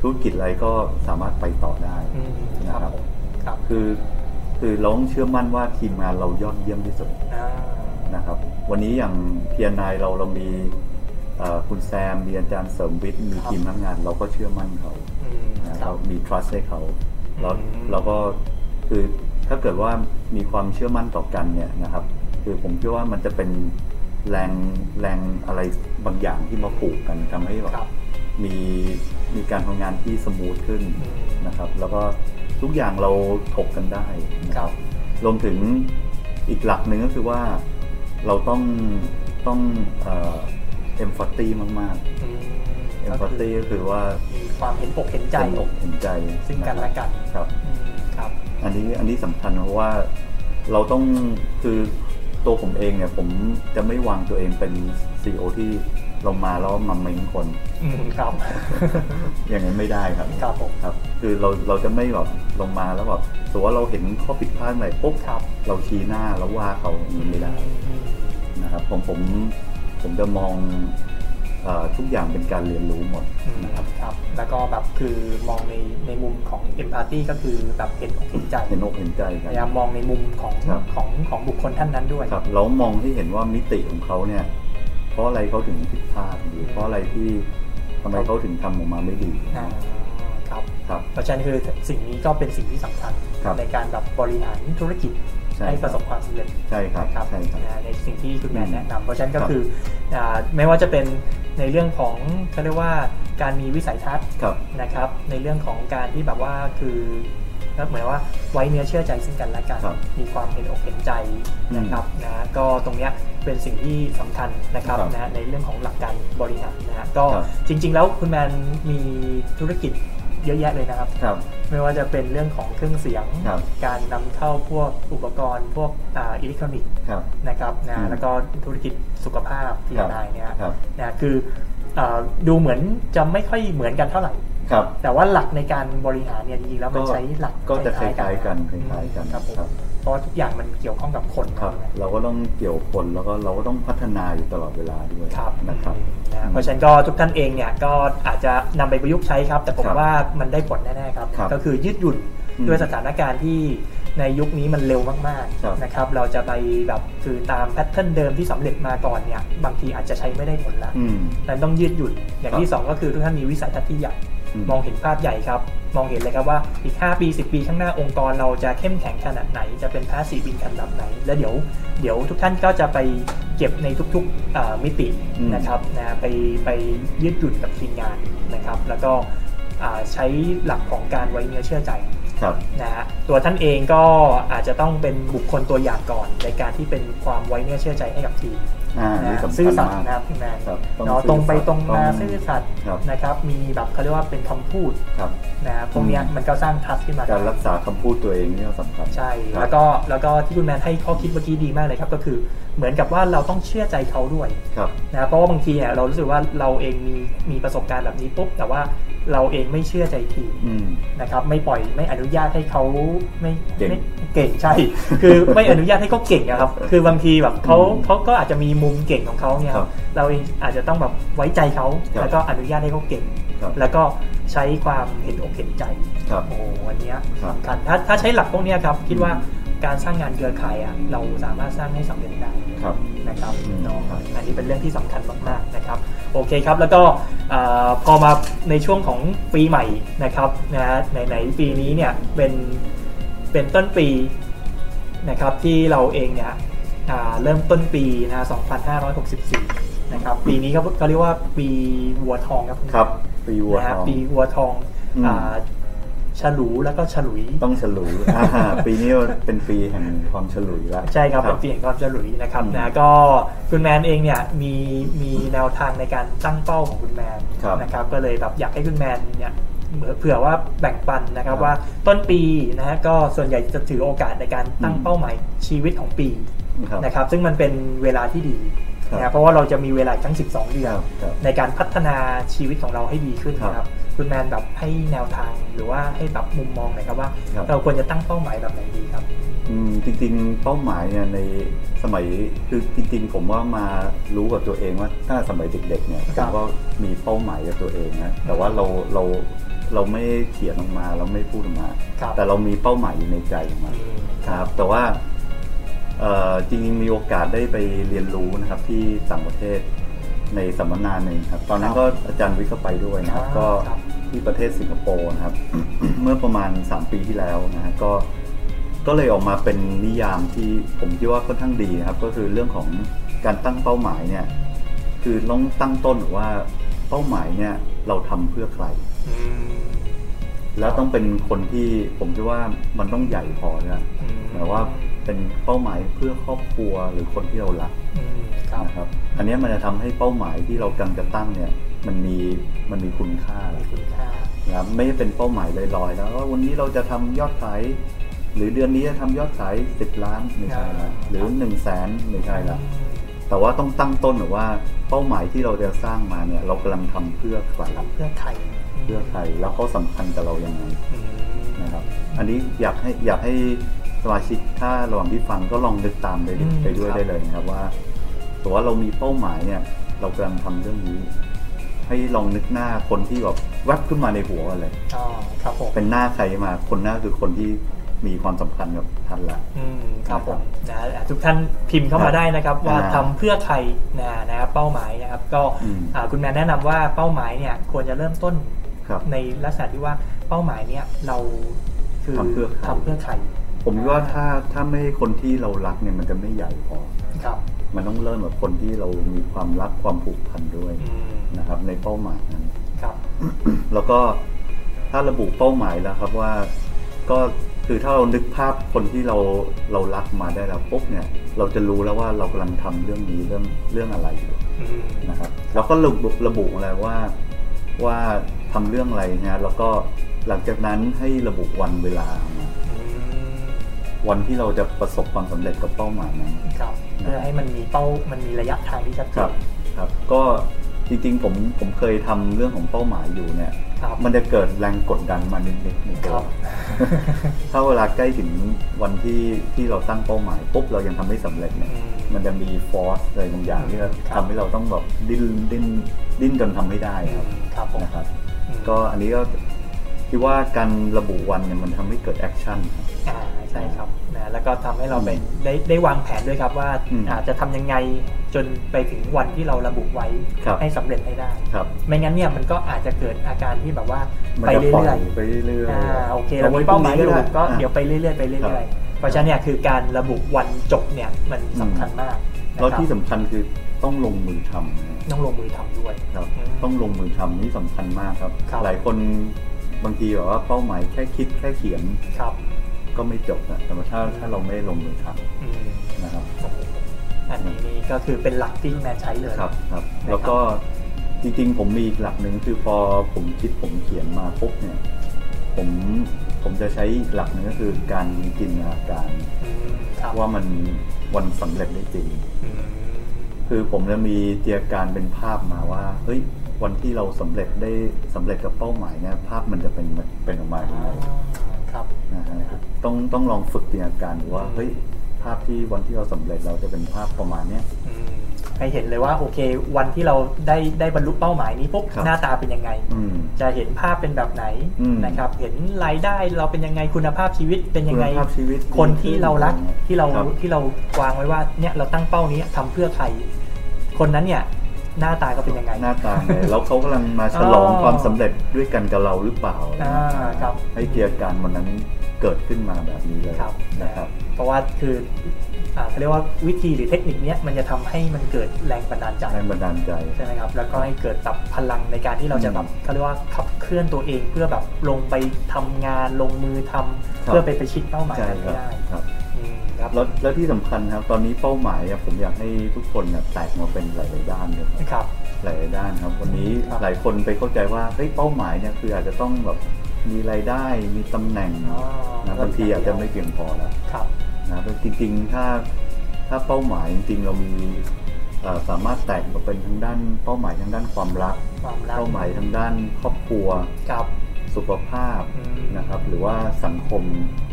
B: ธุรกิจอะไรก็สามารถไปต่อได้
A: อืม
B: นะครับ
A: ผมครับ
B: คือคือเราต้องเชื่อมั่นว่าทีมงานเรายอดเยี่ยมที่สุด
A: อ่า
B: นะครับ วันนี้อย่างพียนายเราเรามีเอ่อคุณแซมมีอาจารย์เสริมวิทย์มีทีมพนักงาน เราก็เชื่อมั่นเขา
A: อืม
B: นะ
A: ครั
B: เรา
A: บ
B: มี trust ให้เขาแล้ว
A: อืม
B: เราก็คือถ้าเกิดว่ามีความเชื่อมั่นต่อกันเนี่ยนะครับ คือผมคิดว่ามันจะเป็นแรงแรงอะไรบางอย่างที่มาผูกกันทำให้แบ
A: ครับ
B: บมีมีการทำงานที่สมูทขึ้น
A: อืม
B: นะครับแล้วก็ ทุกอย่างเราถกกันได้นะ
A: ค
B: ค
A: รั
B: รั
A: บบ
B: รวมถึงอีกหลักหนึ่งก็คือว่าเราต้องต้องเอ็มฟอร์ตี้มาก
A: อืม
B: ๆเอ็มฟ
A: ก็
B: อร์
A: คือ
B: ตี้ก็คือว่า
A: มีความเห็นอกเห็นใจ
B: เห็นอกเห็นใจ
A: ซึ่งกันและกัน
B: ครับ
A: อืมครับ
B: อันนี้อันนี้สำคัญเพราะว่าเราต้องคือตัวผมเองเนี่ย ผมจะไม่วางตัวเองเป็นซีอที่เรามาแล้วมาเม้งคน
A: อืมครับ
B: อย่างนั้นไม่ได้ครับ
A: ครับผม
B: ครับ คือเราเราจะไม่แบบลงมาแล้วแบบสมมติว่าเราเห็นข้อผิดพลาดอะไรปุ๊บ
A: ครับ
B: เราชี้หน้าแล้วว่าเขาอย่างนี้ไม่ได้
A: อืม
B: นะครับผมผมผมจะมองเออทุกอย่างเป็นการเรียนรู้หมด
A: อืม
B: นะครับ
A: ครับ แล้วก็แบบคือมองในในมุมของ empathy ก็คือแบบเห็นอกเห็นใจ
B: เห็นอกเห็นใจกั
A: พ
B: น
A: ยายามมองในมุมของ
B: ครับ
A: ของของบุคคลท่านนั้นด้วย
B: ครับเรามองที่เห็นว่ามิติของเขาเนี่ย เพราะอะไรเขาถึงผิดพลาดหรือเพราะอะไรที่ทำไมเขาถึงทำออกมาไม่ดี
A: อ่าครับ
B: ครับ
A: เพราะฉะนั้นคือสิ่งนี้ก็เป็นสิ่งที่สำคัญ
B: ครับ
A: ในการแบบบริหารธุรกิจ
B: ใช่
A: ให้ประสบความสำเร็จ
B: ใช่ครับ
A: นะครับ
B: ใช่ครับ
A: นะในสิ่งที่คุณแมน
B: อืม
A: แนะนำเพราะฉะนั้นก็
B: ครับ
A: คืออ่าไม่ว่าจะเป็นในเรื่องของเขาเรียกว่าการมีวิสัยทัศน์
B: ครับ
A: นะครับ ในเรื่องของการที่แบบว่าคือก็เหมือนว่าไว้เนื้อเชื่อใจซึ่งกันและกัน
B: ครับ
A: มีความเห็นอกเห็นใจนะครับนะก็ตรงเนี้ยเป็นสิ่งที่สำคัญนะครับ
B: ครับ
A: นะในเรื่องของหลักการบริหารนะฮะก็
B: ครับ
A: จริง ๆ แล้วคุณแมนมีธุรกิจเยอะแยะเลยนะครับ
B: ครับ
A: ไม่ว่าจะเป็นเรื่องของเครื่องเสียง
B: ครับ
A: การนำเข้าพวกอุปกรณ์พวกอ่าอิเล็กทรอนิกส์
B: ครับ
A: นะครับนะ
B: อืม
A: แล้วก็ธุรกิจสุขภาพที่นายเนี่ย
B: ครับ
A: นะคืออาดูเหมือนจะไม่ค่อยเหมือนกันเท่าไหร่
B: ครับ
A: แต่ว่าหลักในการบริหารเนี่ยจริงๆแล้วมันใช้หลัก
B: ก็จะคล้ายๆกันค
A: อืม
B: ล้ายๆกัน
A: ครับผม
B: ครับ
A: เพราะว่าทุกอย่างมันเกี่ยวข้องกับคน
B: ครับ เราก็ต้องเกี่ยวคนแล้วก็เราก็ต้องพัฒนาอยู่ตลอดเวลาด้วย
A: ครับ
B: นะครับ
A: นะเพราะฉะนั้นก็ทุกท่านเองเนี่ยก็อาจจะนำไปประยุกต์ใช้ครับ แต่ผม
B: ครับ
A: ว่ามันได้ผลแน่ๆครับ
B: ครับ
A: ก็คือยืดหยุ่น
B: อืม
A: ด้วยสถานการณ์ที่ในยุคนี้มันเร็วมาก
B: ครับ
A: ๆนะครับ เราจะไปแบบคือตามแพทเทิร์นเดิมที่สำเร็จมาก่อนเนี่ยบางทีอาจจะใช้ไม่ได้ผลละนั้นต้องยืดหยุ่นอย่าง
B: ครับ
A: ที่สองก็คือทุกท่านมีวิสัยทัศน์ที่ใหญ่
B: อืม
A: มองเห็นภาพใหญ่ครับ มองเห็นเลยครับว่าอีก 5 ปี 10 ปีข้างหน้าองค์กรเราจะเข้มแข็งขนาดไหน จะเป็นพาสซีฟอินคันแบบไหน แล้วเดี๋ยวเดี๋ยวทุกท่านก็จะไปเก็บในทุกๆเอ่อมิติ
B: อืม
A: นะครับนะไปไปยืดหยุ่นกับทีมงานนะครับ แล้วก็อ่าใช้หลักของการไว้เนื้อเชื่อใจ
B: ครับ
A: นะฮะตัวท่านเองก็อาจจะต้องเป็นบุคคลตัวอย่างก่อน ในการที่เป็นความไว้เนื้อเชื่อใจให้กับทีม
B: อ่า
A: นะ
B: นี่
A: ฮะ
B: สำ
A: ซื่อ
B: คั
A: สั
B: ญ
A: ตย์
B: มา
A: นะครั
B: ก
A: บพี่แมน
B: ครับต้อง
A: เนาะต
B: ซื่อสัตย์
A: รงไปตรงมา
B: ต้อง
A: ซื่อสัตย์
B: ครับ
A: นะครับมีแบบเขาเรียกว่าเป็นคำพูด
B: ครับ
A: นะฮะพวกเนี้ย
B: อืม
A: มันก็สร้างทัศขึ้นมา
B: การรักษาคำพูดตัวเองนี่ก็สำคัญ
A: ใช่
B: ครับ
A: แล้วก็แล้วก็ที่คุณแมนให้ข้อคิดเมื่อกี้ดีมากเลยครับ ก็คือเหมือนกับว่าเราต้องเชื่อใจเขาด้วย
B: ครับ
A: นะเพราะว่าบางทีเนี่ยเรารู้สึกว่าเราเองมีมีประสบการณ์แบบนี้ปุ๊บแต่ว่าเราเองไม่เชื่อใจทีม
B: อืม
A: นะครับไม่ปล่อยไม่อนุญาตให้เขาไม่
B: เก่ง
A: ไม่เก่งใช่ คือไม่อนุญาตให้เขาเก่ง
B: [LAUGHS]
A: นะครับ คือบางทีแบบเขา
B: อืม
A: เขาก็อาจจะมีมุมเก่งของเขาเนี่ย
B: ครับ
A: เราเองอาจจะต้องแบบไว้ใจเขา
B: ครับ
A: แล้วก็อนุญาตให้เขาเก่ง
B: ครับ
A: แล้วก็ใช้ความเห็นอกเห็นใจ
B: ครับ
A: โอ้โหอันเนี้ย
B: ครับ
A: สำคัญถ้าถ้าใช้หลักพวกเนี้ยครับคิดว่าการสร้างงานเครือข่ายอ่ะเราสามารถสร้างให้สำเร็จได้
B: ครับ
A: นะครับ
B: อืม
A: เนาะ
B: ครับ
A: อันนี้เป็นเรื่องที่สำคัญมากๆนะครับโอเคครับแล้วก็เอ่อพอมาในช่วงของปีใหม่นะครับนะไหนๆปีนี้เนี่ยเป็นเป็นต้นปีนะครับที่เราเองเนี่ยอ่าเริ่มต้นปีนะ2564นะครับปีนี้ก็ก็เรียกว่าปีวัวทองครับ
B: ครับปีวัวท
A: นะ
B: อง
A: ฮะปีวัวทอง
B: อืม
A: อ่าฉลูแล้วก็ฉลุย
B: ต้องฉลุย [LAUGHS] อ่าปีนี้เป็นปีแห่งความฉลุยละ
A: ใช่ครับเป็นเปลี่ยนความฉลุยนะครับ
B: อืม
A: นะก็คุณแมนเองเนี่ยมีมีแนวทางในการตั้งเป้าของคุณแมน
B: ครับ
A: นะครับก็เลยแบบอยากให้คุณแมนเนี่ยเผื่อว่าแบ่งปันนะครับ
B: ครับ
A: ว่าต้นปีนะฮะก็ส่วนใหญ่จะถือโอกาสในการตั้ง
B: อืม
A: เป้าหมายชีวิตของปี
B: ครับ
A: นะครับซึ่งมันเป็นเวลาที่ดี
B: ครับ
A: นะครับเพราะว่าเราจะมีเวลาอีกทั้ง 12 เดือ
B: ค
A: น
B: รับครับ
A: ในการพัฒนาชีวิตของเราให้ดีขึ้นนะค
B: ครั
A: รับบ คุณแมนแบบให้แนวทางหรือว่าให้แบบมุมมองหน่อยครับว่า
B: ครับ
A: เราควรจะตั้งเป้าหมายแบบไหนดีครับ
B: อืมจริงๆ เป้าหมายเนี่ยในสมัยคือจริงๆ ผมว่ามารู้กับตัวเองว่าตั้งแต่สมัยเด็กๆเนี่ย
A: ครั
B: ผ
A: บ
B: มก็มีเป้าหมายกับตัวเองนะแต่ว่าเราเราเราไม่เขียนออกมาเราไม่พูดออกมา
A: ครับ
B: แต่เรามีเป้าหมายอยู่ในใจออกมา
A: อืม
B: ครับแต่ว่าเอ่อจริงๆมีโอกาสได้ไปเรียนรู้นะครับที่ต่างประเทศในสัมมนาหนึ่งครับ ตอนนั้นก็อาจารย์วิทย์ก็ไปด้วยนะครับ
A: อ่า
B: ก็
A: ครับ
B: ที่ประเทศสิงคโปร์นะครับ [COUGHS] เมื่อประมาณ 3 ปีที่แล้วนะฮะก็ก็เลยออกมาเป็นนิยามที่ผมคิดว่าค่อนข้างดีนะครับ ก็คือเรื่องของการตั้งเป้าหมายเนี่ยคือต้องตั้งต้นว่าเป้าหมายเนี่ยเราทำเพื่อใคร
A: อืม
B: แล้วต้องเป็นคนที่ผมคิดว่ามันต้องใหญ่พอนะ
A: อืม
B: แต่ว่าเป็นเป้าหมายเพื่อครอบครัวหรือคนที่เรารัก
A: อืมครับ
B: นะครับ อันเนี้ยมันจะทำให้เป้าหมายที่เรากำลังจะตั้งเนี่ย มันมีมันมีคุณค่า
A: มี
B: แหละ
A: คุณค่า
B: นะครับไม่ใช่เป็นเป้าหมายลอยๆแล้วว่าวันนี้เราจะทำยอดขายหรือเดือนนี้จะทำยอดขาย 10 ล้านไม่ใช่ละหรือ1นึ่งแสนไม่ใช่ละ แต่ว่าต้องตั้งต้นแบบว่าเป้าหมายที่เราจะสร้างมาเนี่ยเรากำลังทำเพื่อใคร
A: ครับเพื่อไทย
B: เพื่อใครแล้วเขาสำคัญกับเรายังไง
A: อืม
B: นะครับ อันนี้อยากให้อยากให้สมาชิกถ้าระหว่างที่ฟังก็ลองนึกตามไปด้วยไปด้วยได้เลยนะครับว่าแต่ว่าเรามีเป้าหมายเนี่ย เรากำลังทำเรื่องนี้ ให้ลองนึกหน้าคนที่แบบแวบขึ้นมาในหัวก่อนเลย
A: อ๋อครับผม
B: เป็นหน้าใครมาคนหน้าคือคนที่มีความสำคัญกับท่านละ
A: อืมครับผมนะทุกท่านพิมพ์เข้ามาได้นะครับ ว่า
B: อ่า
A: ทำเพื่อใครนะนะครับเป้าหมายนะครับ ก็
B: อืม
A: อ่าคุณแม่แนะนำว่าเป้าหมายเนี่ยควรจะเริ่มต้น
B: ครับ
A: ในลักษณะที่ว่าเป้าหมายเนี่ยเราคือ
B: ทำเพื่อใคร
A: ทำเพื่อใคร
B: ผมคิดว่าถ้าถ้าไม่ให้คนที่เรารักเนี่ยมันจะไม่ใหญ่พอ
A: ครับ
B: มันต้องเริ่มกับคนที่เรามีความรักความผูกพันด้วย
A: อืม
B: นะครับ ในเป้าหมายนั้น
A: ครับ
B: แล้วก็ถ้าระบุเป้าหมายแล้วครับว่า ก็คือถ้าเรานึกภาพคนที่เราเรารักมาได้แล้วปุ๊บเนี่ย เราจะรู้แล้วว่าเรากำลังทำเรื่องนี้เรื่องเรื่องอะไรอยู่
A: อืม
B: นะครับแล้วก็ระบุระบุอะไรว่าว่าทำเรื่องอะไรนะแล้วก็หลังจากนั้นให้ระบุวันเวลามา
A: อื
B: วันที่เราจะประสบความสำเร็จกับเป้าหมายนั้น
A: มครับเพื่อให้มันมีเป้ามันมีระยะทางที่ชัดเจ
B: ครับ
A: น
B: ครับก็จริงๆผมผมเคยทำเรื่องของเป้าหมายอยู่เนี่ย
A: ครับ
B: มันจะเกิดแรงกดดันมานิดๆใน
A: ค
B: ตั
A: รั
B: ว
A: บ
B: ถ้าเวลาใกล้ถึงวันที่ที่เราตั้งเป้าหมายปุ๊บเรายังทำไม่สำเร็จเนี่ย
A: อืม
B: มันจะมีฟอร์สอะไรบางอย่างที่เรา
A: ครับ
B: ทำให้เราต้องแบบดิ้นดิ้นดิ้นจนทำไม่ได้ครับ
A: ครับผม
B: นะครับ
A: อืม
B: ก็อันนี้ก็คิดว่าการระบุวันเนี่ยมันทำให้เกิดแอคชั่นครับ
A: อ่าใช่ครับนะแล้วก็ทำให้เราไป ได้ได้วางแผนด้วยครับว่า
B: อืม
A: อาจจะทำยังไงจนไปถึงวันที่เราระบุไว้
B: ครับ
A: ให้สำเร็จให้ได้
B: ครับ
A: ไม่งั้นเนี่ยมันก็อาจจะเกิดอาการที่แบบว่า
B: มัน
A: ไป
B: จะ
A: เรื่
B: ปล่อ
A: อย
B: ยไปเรื่อย
A: ๆอ่าโอเค
B: อ
A: เรา
B: ไว้
A: มีเป้าหมายอยู่
B: พรุ่งนี้
A: ก็
B: อ่ะ
A: เดี๋ยวไปเรื่อยๆไปเรื่
B: ครั
A: อย
B: บ
A: ๆเพราะฉะนั้นเนี่ยคือการระบุวันจบเนี่ยมันสำคัญมากนะค
B: แล้ว
A: รับ
B: ที่สำคัญคือต้องลงมือทำนะครับ
A: ต้องลงมือทำด้วย
B: ครับ
A: อืม
B: ต้องลงมือทำนี่สำคัญมากครับ
A: ครับ
B: หลายคนบางทีแบบว่าเป้าหมายแค่คิดแค่เขียน
A: ครับ
B: ก็ไม่จบนะแต่ว่าถ้าถ้าเราไม่ลงมือท
A: อืม
B: ำนะครับ
A: อันนี้นี่ก็คือเป็นหลักที่แม่ใช้เลย
B: ครับครับแล้วก็จริงๆผมมีอีกหลักหนึ่งคือพอผมคิดผมเขียนมาปุ๊บเนี่ยผมผมจะใช้อีกหลักหนึ่งก็คือการจินตนาการ
A: อืมครับ
B: ว่ามันวันสำเร็จได้จริง
A: อืม
B: คือผมจะมีเตรียมการเป็นภาพมาว่าเฮ้ยวันที่เราสำเร็จได้สำเร็จกับเป้าหมายเนี่ยภาพมันจะเป็นเป็นออกมายังไง
A: อ่าครับ
B: นะฮะต้องต้องลองฝึกจินตนาการดูว่า
A: อืม
B: เฮ้ยภาพที่วันที่เราสำเร็จเราจะเป็นภาพประมาณเนี้ย
A: อืมให้เห็นเลยว่าโอเค วันที่เราได้ได้บรรลุเป้าหมายนี้ปุ๊บ
B: ครับ
A: หน้าตาเป็นยังไง
B: อืม
A: จะเห็นภาพเป็นแบบไหน
B: อืม
A: นะครับ เห็นรายได้เราเป็นยังไงคุณภาพชีวิตเป็นยังไง
B: คุณภาพชีวิต
A: คนที่เรารักที่เรา
B: คบ
A: ที่เราวางไว้ว่าเนี่ยเราตั้งเป้านี้ทำเพื่อใคร คนนั้นเนี่ยหน้าตาก็เป็นยังไง
B: หน้าตาไงแล้วเขากำลังมาฉลอง
A: อ๋อ
B: ความสำเร็จด้วยกันกับเราหรือเปล่า
A: อ่าครับ
B: ให้เกียรติการวันนั้นเกิดขึ้นมาแบบนี้เลย
A: ครับ
B: นะครับ
A: เพราะว่าคืออ่าเขาเรียกว่าวิธีหรือเทคนิคเนี้ยมันจะทำให้มันเกิดแรงบันดาลใจ
B: แรงบันดาลใจ
A: ใช่ไหมครับ แล้วก็ให้เกิดแบบพลังในการที่เราจะแบบ
B: อืม
A: เขาเรียกว่าขับเคลื่อนตัวเองเพื่อแบบลงไปทำงานลงมือทำ
B: ครับ
A: เพื่อไปไปชิดเป้าหมาย
B: ใช่
A: นั้น
B: ค
A: ให้
B: รับ
A: ได้
B: ครับ
A: อืมครับ
B: แล้วแล้วที่สำคัญครับตอนนี้เป้าหมายอะผมอยากให้ทุกคนเนี่ยแตกมาเป็นหลายๆด้านเลยครับ
A: ครับ
B: หลายด้านครับ วันนี้
A: ครับ
B: หลายคนไปเข้าใจว่าเฮ้ยเป้าหมายเนี่ยคืออาจจะต้องแบบมีรายได้มีตำแหน่ง
A: อ๋อ
B: นะบางทีอาจจะไม่เพียงพอแล้ว
A: ครับ
B: นะแต่จริงๆ ถ้าถ้าเป้าหมายจริงๆเรามีเอ่อสามารถแตกมาเป็นทั้งด้าน เป้าหมายทั้งด้านความรัก
A: ความรัก
B: เป้าหมายทั้งด้านครอบครัว
A: ครับ
B: สุขภาพ
A: อืม
B: นะครับ หรือว่าสังคม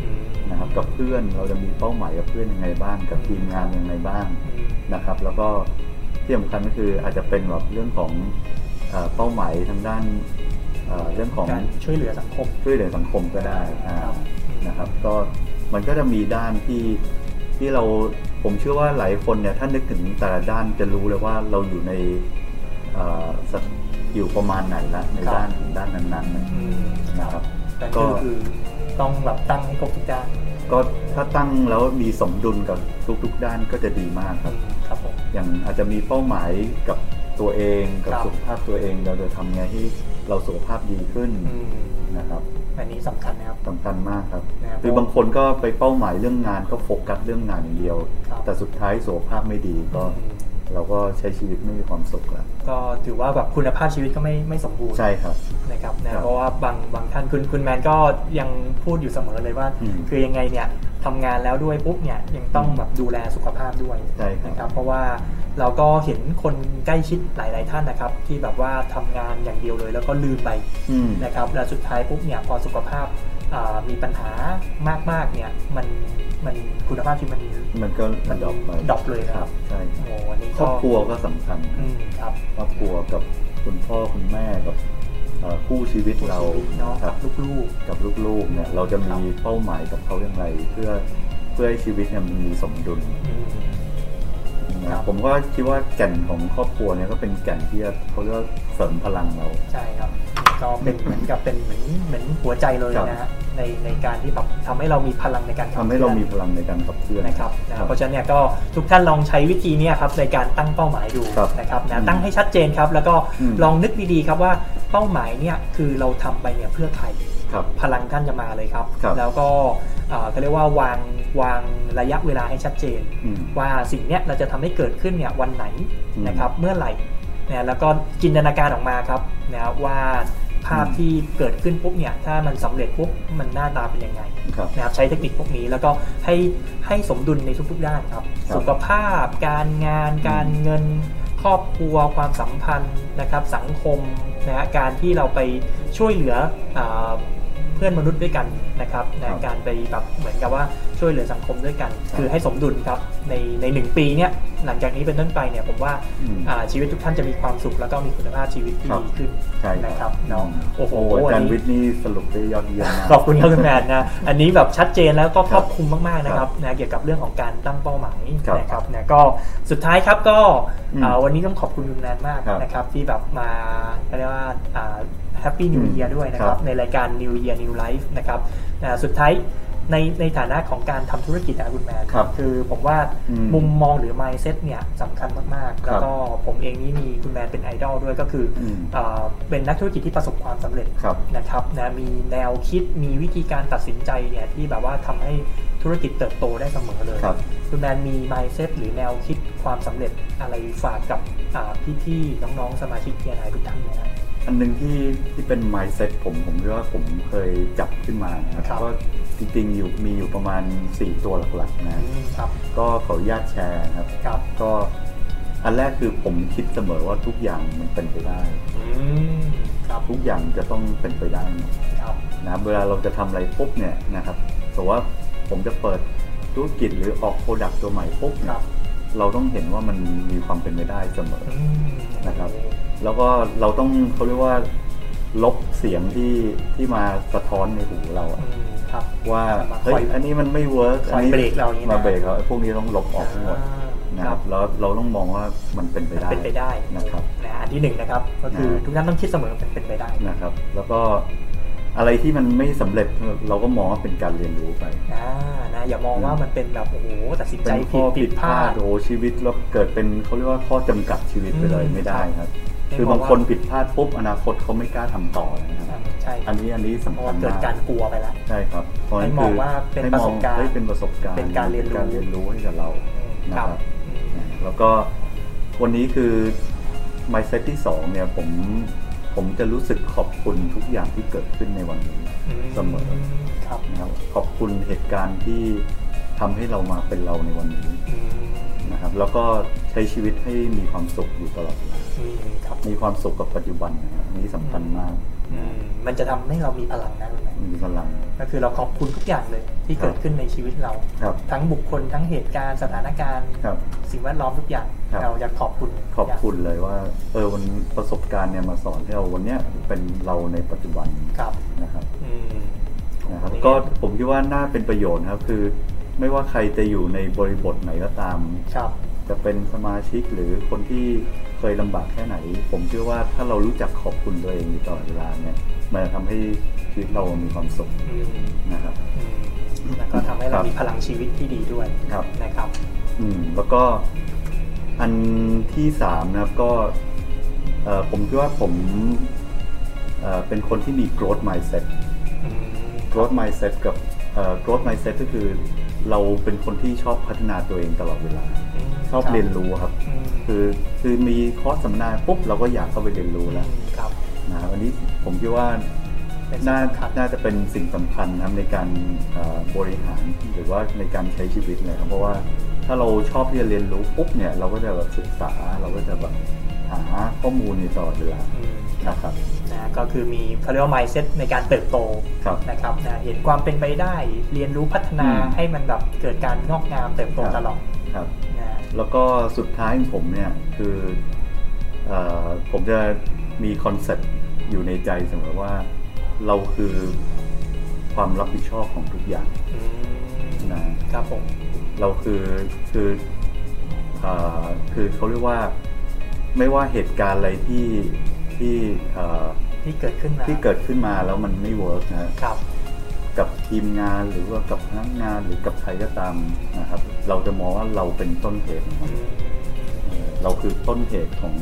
A: อืม
B: นะครับกับเพื่อนเราจะมีเป้าหมายกับเพื่อนยังไงบ้างกับทีมงานยังไงบ้าง
A: อืม
B: นะครับแล้วก็ที่สำคัญก็คืออาจจะเป็นแบบเรื่องของเอ่อเป้าหมายทางด้านเอ่อเรื่องของ
A: การช่วยเหลือสังคม
B: ช่วยเหลือสังคมก็ได้อ่า
A: ครับ
B: นะครับ ก็มันก็จะมีด้านที่ที่เราผมเชื่อว่าหลายคนเนี่ยถ้านึกถึงแต่ละด้านจะรู้เลยว่าเราอยู่ในเอ่อสถอยู่ประมาณไหนละในด้านด้านนั้นๆนะ
A: อืม
B: นะครับ
A: แต่คื
B: ก็
A: อคือต้องแบบตั้งให้ครบทุกด้าน
B: ก็ถ้าตั้งแล้วมีสมดุลกับทุกๆด้านก็จะดีมากค
A: อื
B: รับ
A: มครับผม
B: อย่างอาจจะมีเป้าหมายกับ ตัวเองกับ
A: ครับ
B: สุขภาพตัวเอง เราจะทำไงให้เราสุขภาพดีขึ้น
A: อืม
B: นะครับ
A: อันนี้สำคัญนะครับ
B: สำคัญมากครับ
A: นะครับ
B: หรือบางคนก็ไปเป้าหมายเรื่องงานก็โฟกัสเรื่องงานอย่างเดียว
A: ครับ
B: แต่สุดท้ายสุขภาพไม่ดีก็
A: อืม
B: เราก็ใช้ชีวิตไม่มีความสุขแล้ว
A: ก็ถือว่าแบบคุณภาพชีวิตก็ไม่ไม่สมบูรณ์
B: ใช่ครับ
A: นะครับ
B: ครั
A: นะ
B: บ
A: เพราะว่าบางบางท่านคุณคุณแมนก็ยังพูดอยู่เสมอเลยว่า
B: อืม
A: คือยังไงเนี่ยทำงานแล้วด้วยปุ๊บเนี่ยยังต้องแบบดูแลสุขภาพด้วย
B: ใช่ครับ
A: นะครับ เพราะว่าเราก็เห็นคนใกล้ชิดหลาย ๆ ท่านนะครับ ที่แบบว่าทำงานอย่างเดียวเลย แล้วก็ลืมไป
B: อืม
A: นะครับแล้วสุดท้ายปุ๊บเนี่ยพอสุขภาพอ่ามีปัญหามาก ๆ เนี่ยมันมันคุณภาพชีวิตมัน
B: มันก็
A: มั
B: มันดรอปไป
A: ดรอปเลยนะครับ
B: ใช่
A: โอ้โหอันนี้
B: ค
A: ก็
B: รอบครัวก็สำคัญ
A: อืมครับ
B: ครอบครัวกับคุณพ่อคุณแม่กับเอ่อคู่ชีวิตเรา
A: ชีวิตเนาะ
B: ค
A: กั
B: รั
A: บบ ลูก
B: กับลูกๆเนี่ยเราจะ
A: ครั
B: มี
A: บ
B: เป้าหมายกับเขาอย่างไร เพื่อเพื่อให้ชีวิตเนี่ยมันมีสมดุล
A: ๆอืม
B: นะครับ ผมก็คิดว่าแก่นของครอบครัวเนี่ยก็เป็นแก่นที่เขาเรียกว่าเสริมพลังเรา
A: ใช่ครับก็เป็นเหมือนกับเป็นเหมือนเหมือนหัวใจเลย
B: ครับ
A: นะฮะในในการที่แบบทำให้เรามีพลังในการ
B: ทำให้เรามีพลังในการขับเคลื่อน
A: นะครับนะเพราะฉะนั้นเนี่ยก็ทุกท่านลองใช้วิธีเนี้ครับในการตั้งเป้าหมายดู
B: ครับ
A: นะครับ
B: อื
A: นะ
B: ม
A: ตั้งให้ชัดเจนครับ แล้วก็
B: อืม
A: ลองนึกดีๆครับว่าเป้าหมายเนี่ยคือเราทำไปเนี่ยเพื่อใคร
B: ครับ
A: พลังท่านจะมาเลยครับ
B: ครับ
A: แล้วก็เอ่อก็เรียกว่าวางวางระยะเวลาให้ชัดเจน
B: อืม
A: ว่าสิ่งเนี้ยเราจะทำให้เกิดขึ้นเนี่ยวันไหน
B: อืม
A: นะครับเมื่อไหร่นะแล้วก็จินตนาการออกมาครับนะว่าภาพ
B: อืม
A: ที่เกิดขึ้นปุ๊บเนี่ยถ้ามันสำเร็จปุ๊บมันหน้าตาเป็นยังไง
B: ครับ
A: นะครับใช้เทคนิคพวกนี้แล้วก็ให้ให้สมดุลในทุกๆด้านครับ
B: ครับ
A: สุขภาพ การงาน
B: อืม
A: การเงินครอบครัว ความสัมพันธ์นะครับสังคมนะฮะการที่เราไปช่วยเหลืออาเพื่อนมนุษย์ด้วยกันนะครับนะการไปแบบเหมือนกับว่าช่วยเหลือสังคมด้วยกัน คือให้สมดุลครับในในหนึ่งปีเนี่ยหลังจากนี้เป็นต้นไปเนี่ยผมว่า
B: อืม
A: อ่าชีวิตทุกท่านจะมีความสุขแล้วก็มีคุณภาพชีวิตที่
B: ครับ
A: ดีขึ้น
B: ใช่
A: นะครับเน้องโอ้โห
B: โอ้โหอาจารย์
A: อัน
B: วิ
A: นี้
B: ทย์นี่สรุปได้ยอดเยี่ยมมาก
A: [LAUGHS] ขอบคุณครับคุณแมนนะอันนี้แบบชัดเจนแล้วก็ครอบ
B: ครับ
A: คลุมมากๆนะครับนะเกี่ยวกับเรื่องของการตั้งเป้าหมาย
B: ครับ
A: นะครับนะก็สุดท้ายครับก็
B: อืม
A: อ่าวันนี้ต้องขอบคุณคุณแมนมาก
B: ครับ
A: นะครับที่แบบมาเรียกว่าแฮปปี้นิว
B: อืม
A: เยียด้วยนะครับ
B: ครับ
A: ในรายการ New Year New Life นะครับอ่าสุดท้ายในในฐานะของการทำธุรกิจนะคุณแมน
B: ครับ
A: คือผมว่า
B: อืม
A: มุมมองหรือ mindset เนี่ยสำคัญมากๆ
B: ครั
A: แล้ว
B: บ
A: ก็ผมเองนี่มีคุณแมนเป็นไอดอลด้วยก็คืออ
B: อืม
A: เอ่อเป็นนักธุรกิจที่ประสบความสำเร็จ
B: ครับ
A: นะครับนะมีแนวคิดมีวิธีการตัดสินใจเนี่ยที่แบบว่าทำให้ธุรกิจเติบโตได้เสมอเลย
B: ครับ
A: ณแมนมี mindset หรือแนวคิดความสำเร็จอะไรฝากกับอ่าพี่ๆน้องๆสมาชิกเทียนไทุกท่านนะครับ
B: อันหนึงที่ที่เป็น mindset ผมผมคิดว่าผมเคยจับขึ้นมานะครับ
A: ครับ
B: ก็จริงๆอยู่มีอยู่ประมาณ 4 ตัวหลักๆนะ
A: ครับ
B: ก็ขออนุญาตแชร์นะครับ
A: ครับ
B: ก็อันแรกคือผมคิดเสมอว่าทุกอย่างมันเป็นไปได้
A: อืมครับ
B: ทุกอย่างจะต้องเป็นไปได้หมด
A: ครับ
B: นะครับเวลาเราจะทำอะไรปุ๊บเนี่ยนะครับสมมติว่าผมจะเปิดธุรกิจหรือออกโปรดักต์ตัวใหม่ปุ๊บ
A: ค
B: เนี่
A: รั
B: ย
A: บ
B: เราต้องเห็นว่ามันมีความเป็นไปได้เสมอ
A: อืม
B: นะครับ แล้วก็เราต้องเขาเรียกว่า ลบเสียงที่ที่มาสะท้อนในหูเรา
A: อื
B: อะ
A: มครับ
B: ว่า
A: มาคอย
B: เฮ้ยอันนี้มันไม่เวิร์ก
A: คอยเบรกเราอย่างนี้นะ
B: มาเบรกเราไอ้พวกนี้ต้องลบออกทั้งหมด นะ
A: ค
B: ค
A: รั
B: รับ บแล้วเราต้องมองว่ามันเป็นไปได้
A: เป็นไปได้
B: นะครับ
A: นะอันที่หนึ่งนะครับก็คือ
B: นะ
A: ทุกท่านต้องคิดเสมอเป็นเป็นไปได้
B: นะครับ แล้วก็อะไรที่มันไม่สำเร็จเราก็มองว่าเป็นการเรียนรู้ไป
A: อ่านะอย่ามองว่ามันเป็นแบบโอ้โหตัดสินใจ
B: เป็น
A: ผิด
B: ข้อ
A: ผิ
B: ผิ
A: ด
B: ด
A: พ
B: พ
A: ลา
B: ลา
A: ด
B: ดโอ้โหชีวิตเราเกิดเป็นเขาเรียกว่าข้อจำกัดชีวิตไปเลย
A: อืม
B: ไม่ได้ค
A: ค
B: รับ
A: รับ
B: คือบาง
A: ไม่บอกว่า
B: คนผิดพลาดปุ๊บอนาคตเขาไม่กล้าทำต่อนะครับ
A: อ่าใช่
B: อันนี้อันนี้
A: เพ
B: สำ
A: ราะ
B: คั
A: ว่า
B: ญ
A: เกิด
B: มาก
A: การกลัวไปแล้ว
B: ใช่ครับเพราะฉะนั้น
A: ให้มองว่าเป็น
B: ให้
A: ประสบการณ์
B: มองให้เป็นประสบการณ์
A: เป็นการเรียนรู้
B: ป็เรียนรู้ให้กับเรา
A: ครั
B: นะครับ บ
A: อืม
B: แล้วก็วันนี้คือ mindset ที่สองเนี่ยผมผมจะรู้สึกขอบคุณทุกอย่างที่เกิดขึ้นในวันนี้ เสมอ
A: ครับ
B: นะครับขอบคุณเหตุการณ์ที่ทำให้เรามาเป็นเราในวันนี้
A: อืม
B: นะครับแล้วก็ใช้ชีวิตให้มีความสุขอยู่ตลอดเวลา
A: อืมครับ
B: มีความสุขกับปัจจุบันนะครับอันนี้สำคัญมาก
A: อืมมันจะทำให้เรามีพลังนะคุณแม่
B: มีพลัง
A: ก็คือเราขอบคุณทุกอย่างเลยที่เกิด
B: ครับ
A: ขึ้นในชีวิตเรา
B: ครับ
A: ทั้งบุคคลทั้งเหตุการณ์สถานการณ์
B: ครับ
A: สิ่งแวดล้อมทุกอย่าง
B: ครับ
A: เราอยากขอบคุณ
B: ขอบคุณเลยว่าเออวันประสบการณ์เนี่ยมาสอนให้เราวันเนี้ยเป็นเราในปัจจุบัน
A: ครับ
B: นะครับ
A: อืม
B: นะครับก็ผมคิดว่าน่าเป็นประโยชน์นะครับคือไม่ว่าใครจะอยู่ในบริบทไหนก็ตาม
A: ครับ
B: จะเป็นสมาชิกหรือคนที่เคยลำบากแค่ไหน ผมเชื่อว่าถ้าเรารู้จักขอบคุณตัวเองอยู่ตลอดเวลาเนี่ยมันจะทำให้ชีวิตเรามีความสุข
A: อืม
B: นะครับ
A: อืมแล้วก็ทำให้เรา
B: ครับ
A: มีพลังชีวิตที่ดีด้วย
B: ครับ
A: นะครับ
B: อืมแล้วก็อันที่สามนะครับก็ เอ่อผมคิดว่าผมเอ่อเป็นคนที่มี growth mindset
A: อืม
B: growth mindset กับเอ่อ growth mindset ก็คือเราเป็นคนที่ชอบพัฒนาตัวเองตลอดเวลา ชอบเรียนรู้ครับ
A: อืม
B: คือคือมีคอร์สสัมมนาปุ๊บเราก็อยากเข้าไปเรียนรู้แล้ว
A: ครับ
B: นะครับอันนี้ผมคิดว่า
A: เป็น
B: น่า
A: สิ่งสำคัญ
B: น่าจะเป็นสิ่งสำคัญนะครับในการเอ่อบริหารหรือว่าในการใช้ชีวิตเลยครับเพราะว่าถ้าเราชอบที่จะเรียนรู้ปุ๊บเนี่ยเราก็จะแบบศึกษาเราก็จะแบบหาข้อมูลในตลอดเวลา
A: อืม
B: นะครับ
A: นะก็คือมีเขาเรียกว่า mindset ในการเติบโต
B: ครับ
A: นะครับนะเห็นความเป็นไปได้เรียนรู้พัฒนา
B: อืม
A: ให้มันแบบเกิดการงอกงามเติบโตตลอด
B: ครับ
A: นะ
B: แล้วก็สุดท้ายของผมเนี่ยคือเออผมจะมีคอนเซ็ปต์อยู่ในใจเสมอว่าเราคือความรับผิดชอบของทุกอย่าง
A: อืม
B: นะครับ
A: ผม
B: เราคือคือเออคือเขาเรียกว่าไม่ว่าเหตุการณ์อะไรที่ที่เอ่อ
A: ที่เกิดขึ้นมา
B: ที่เกิดขึ้นมาแล้วมันไม่เวิร์กนะฮะ
A: ครับ
B: กับทีมงานหรือว่ากับพนักงานหรือกับใครก็ตามนะครับ เราจะมองว่าเราเป็นต้นเหตุนะครับ เอ่อเราคือต้นเหตุของ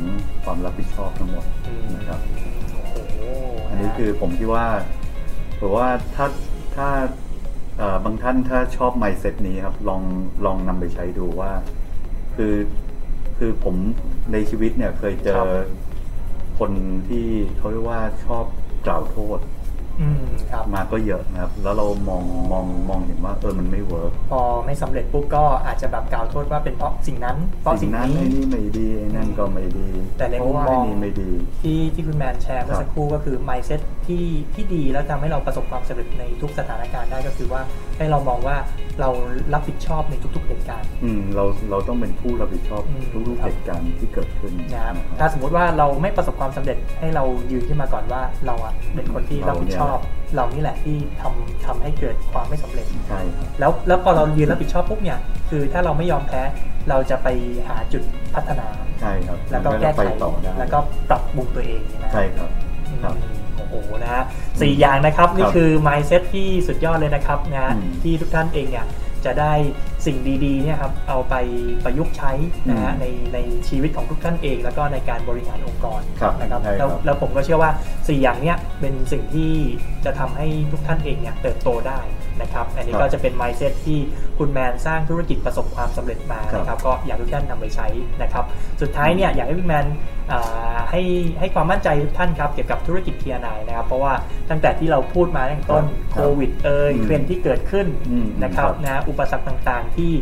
B: ความรับผิดชอบทั้งหมด
A: อืม
B: นะครับ
A: โอ้โห
B: อันนี้คือผมคิดว่าผมว่าถ้าถ้าเอ่อบางท่านถ้าชอบ mindset นี้ครับลองลองนำไปใช้ดูว่า คือคือผมในชีวิตเนี่ยเคยเจอคนที่เขาเรียกว่าชอบกล่าวโทษ
A: อืมครับ
B: มาก็เยอะนะครับ แล้วเรามองมองมองเห็นว่าเออมันไม่เวิร์ก
A: พอไม่สำเร็จปุ๊บก็อาจจะแบบกล่าวโทษว่าเป็นเพราะสิ่งนั้น เพราะสิ่
B: สิ่
A: ง
B: งนั้น
A: นี้
B: ไอ้นี่ไม่ดีไอ้นั่นก็ไม่ดี
A: แต่ใน
B: เพ
A: มุม
B: ราะว่าม
A: อง
B: ไอ้นี่ไม่ดี
A: ที่ที่คุณแมนแชร์เมื่อ
B: ครับ
A: สักครู่ก็คือ mindset ที่ที่ดีแล้วทำให้เราประสบความสำเร็จในทุกสถานการณ์ได้ก็คือว่าให้เรามองว่าเรารับผิดชอบในทุก ๆ เหตุการณ์
B: อืมเราเราต้องเป็นผู้รับผิดชอบทุกๆเหตุการณ์ที่เกิดขึ้น
A: นะครับ
B: นะค
A: ถ้า
B: รับ
A: สมมุติว่าเราไม่ประสบความสำเร็จให้เรายืนขึ้นมาก่อนว่าเราอะเป็นคนที่รับผิดชอบ เรานี่แหละที่ทำทำให้เกิดความไม่สำเร็จ
B: ใช่ครับ
A: แล้วแล้วพอเรายืนรับผิดชอบปุ๊บเนี่ย คือถ้าเราไม่ยอมแพ้เราจะไปหาจุดพัฒนา
B: ใช่ครับ
A: แล้วก็แก้ไข
B: ทำให้เราปต่อได้
A: แล้วก็ปรับปรุงตัวเองนะ
B: ใช่ครับ ค
A: อื
B: รับ
A: มโอ้โหนะฮะสี่อย่างนะครับ นี่
B: ครับ
A: คือ mindset ที่สุดยอดเลยนะครับนะฮะ
B: อืม
A: ที่ทุกท่านเองเนี่ยจะได้สิ่งดีๆเนี่ยครับเอาไปประยุกต์ใช้นะฮะ
B: อืม
A: ในในชีวิตของทุกท่านเอง แล้วก็ในการบริหารองค์กร
B: ครับ
A: นะครับ
B: ใช่ครับ
A: แล้วแล้วผมก็เชื่อว่าสี่อย่างเนี้ยเป็นสิ่งที่จะทำให้ทุกท่านเองเนี่ยเติบโตได้นะครับ อันนี้ก็จะเป็น mindset ที่คุณแมนสร้างธุรกิจประสบความสำเร็จมานะครับ ก็อยากให้ทุกท่านนำไปใช้นะครับ สุดท้ายเนี่ยอยากให้พี่แมนอ่าให้ให้ความมั่นใจทุกท่านครับเกี่ยวกับธุรกิจเทียนายนะครับ เพราะว่าตั้งแต่ที่เราพูดมาตั้งแต่ต้น
B: ครับ
A: โควิดเอ่ย
B: อืม
A: เทรนด์ที่เกิดขึ้น
B: อืม
A: นะครับ
B: ครับ
A: นะอุปสรรคต่างๆ ที่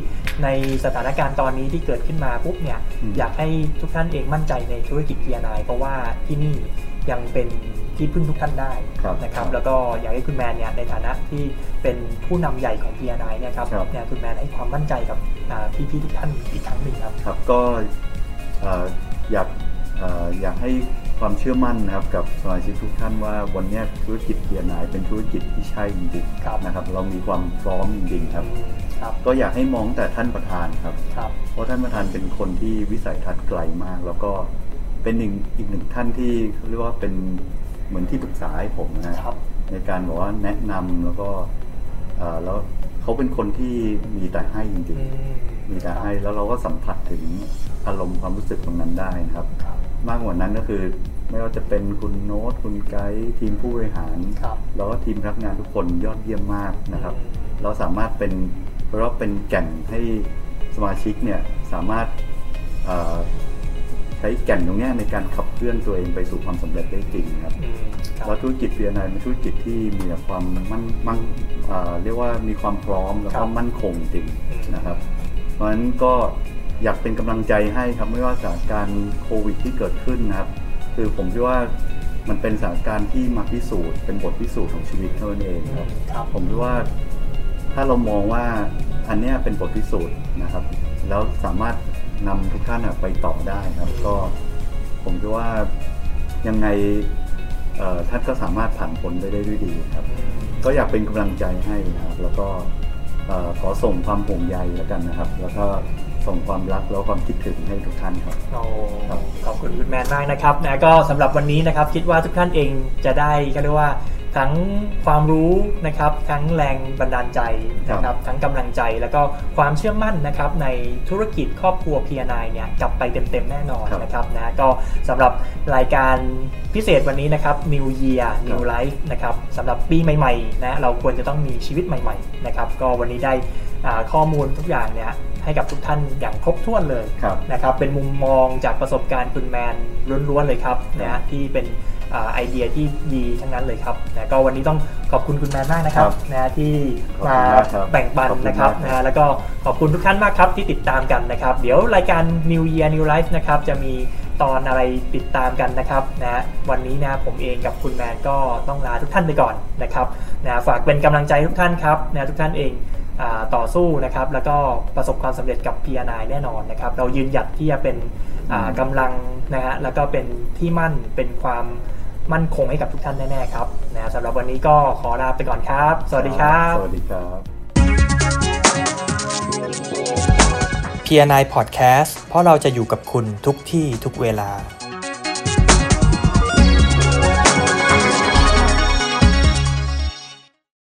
A: ในสถานการณ์ตอนนี้ที่เกิดขึ้นมาปุ๊บเนี่ย
B: อืม
A: อยากให้ทุกท่านเองมั่นใจในธุรกิจเทียนายเพราะว่าที่นี่ยังเป็นที่พึ่งทุกท่านได้
B: ครับ
A: นะครับแล้วก็อยากให้คุณแมนเนี่ยในฐานะที่เป็นผู้นำใหญ่ของ PNI เนี่ยครับ
B: ครับ
A: เนี่ยคุณแมนให้ความมั่นใจกับอ่าพี่ๆทุกท่านอีกครั้งหนึ่งครับ
B: ครับก็เอ่ออยากเอ่ออยากให้ความเชื่อมั่นนะครับกับสมาชิกทุกท่านว่าวันเนี้ยธุรกิจเดียนายเป็นธุรกิจที่ใช่จริง
A: ครับ
B: ๆนะครับ เรามีความพร้อมจริงๆครับ
A: ครับ
B: ก็อยากให้มองแต่ท่านประธานครับ
A: ครับ
B: เพราะท่านประธานเป็นคนที่วิสัยทัศน์ไกลมาก แล้วก็เป็นหนึ่งอีกหนึ่งท่านที่เขาเรียกว่าเป็นเหมือนที่ปรึกษาให้ผมนะฮะ
A: ครับ
B: ในการบอกว่าแนะนำแล้วก็เอ่อแล้วเขาเป็นคนที่มีแต่ให้จริงๆ มีแต่ให้แล้วเราก็สัมผัสถึงอารมณ์ความรู้สึกตรงนั้นได้นะครับ
A: ครับ
B: มากกว่านั้นก็คือไม่ว่าจะเป็นคุณโน้ตคุณไกด์ทีมผู้บริหาร
A: ครับ
B: แล้วก็ทีมพนักงานทุกคนยอดเยี่ยมมากนะครับ
A: อืม
B: เราสามารถเป็นเพราะว่าเป็นแก่นให้สมาชิกเนี่ยสามารถเอ่อใช้แก่นตรงเนี้ยในการขับเคลื่อนตัวเองไปสู่ความสำเร็จได้จริงครับ
A: อืมครับ
B: แล้วธุรกิจเบียร์นายเป็นธุรกิจที่มีแต่ความมั่นมั่งเอ่อเรียกว่ามีความพร้อมแล้วก็มั่นคงจริงนะครับ เพราะฉะนั้นก็อยากเป็นกำลังใจให้ครับไม่ว่าสถานการณ์โควิดที่เกิดขึ้นนะครับ คือผมคิดว่ามันเป็นสถานการณ์ที่มาพิสูจน์เป็นบทพิสูจน์ของชีวิตเท่านั้นเอง
A: อืม
B: ครับ
A: ครับ
B: ผมคิดว่าถ้าเรามองว่าอันเนี้ยเป็นบทพิสูจน์นะครับ แล้วสามารถนำทุกท่านอะไปต่อได้ครับ ก็ผมคิดว่ายังไงเอ่อท่านก็สามารถผ่านพ้นไปได้ด้วยดีครับ
A: อืม
B: ก็อยากเป็นกำลังใจให้นะครับ แล้วก็เอ่อขอส่งความห่วงใยแล้วกันนะครับ แล้วก็ส่งความรักแล้วก็ความคิดถึงให้ทุกท่านครับ
A: โอ้
B: ครับ
A: ขอบคุณคุณแมนมากนะครับนะก็สำหรับวันนี้นะครับคิดว่าทุกท่านเองจะได้ก็เรียกว่า ทั้งความรู้นะครับทั้งแรงบันดาลใจนะครับทั้งกำลังใจแล้วก็ความเชื่อมั่นนะครับในธุรกิจครอบครัว P&I เนี่ยกลับไปเต็มๆแน่นอน
B: ครับ
A: นะครับนะก็สำหรับรายการพิเศษวันนี้นะครับ New Year New Life นะครับสำหรับปีใหม่ๆนะเราควรจะต้องมีชีวิตใหม่ๆนะครับก็วันนี้ได้อ่าข้อมูลทุกอย่างเนี่ยให้กับทุกท่านอย่างครบถ้วนเลย
B: ครับ
A: นะครับเป็นมุมมองจากประสบการณ์คุณแมนล้วนๆเลยครับนะฮะที่เป็นอ่าไอเดียที่ดีทั้งนั้นเลยครับนะก็วันนี้ต้องขอบคุณคุณแมนมากนะครับ
B: ครับ
A: นะฮะที่มา
B: ขอบคุณมากครับ
A: แบ่งปัน
B: ขอบคุณ
A: นะครับ
B: มากครับ
A: นะฮะแล้วก็ขอบคุณทุกท่านมากครับที่ติดตามกันนะครับ เดี๋ยวรายการ New Year New Life นะครับจะมีตอนอะไรติดตามกันนะครับนะฮะวันนี้นะผมเองกับคุณแมนก็ต้องลาทุกท่านไปก่อนนะครับนะฮะฝากเป็นกำลังใจทุกท่านครับนะฮะทุกท่านเอง อ่าต่อสู้นะครับแล้วก็ประสบความสำเร็จกับ PNI แน่นอนนะครับเรายืนหยัดที่จะเป็นอ่า
B: อืม
A: กำลังนะฮะแล้วก็เป็นที่มั่นเป็นความมั่นคงให้กับทุกท่านแน่ๆครับนะสำหรับวันนี้ก็ขอลาไปก่อนครับ สวัสดีครับ
B: สวัสดีครับ
C: p n i Podcast เพราะเราจะอยู่กับคุณทุกที่ทุกเวลา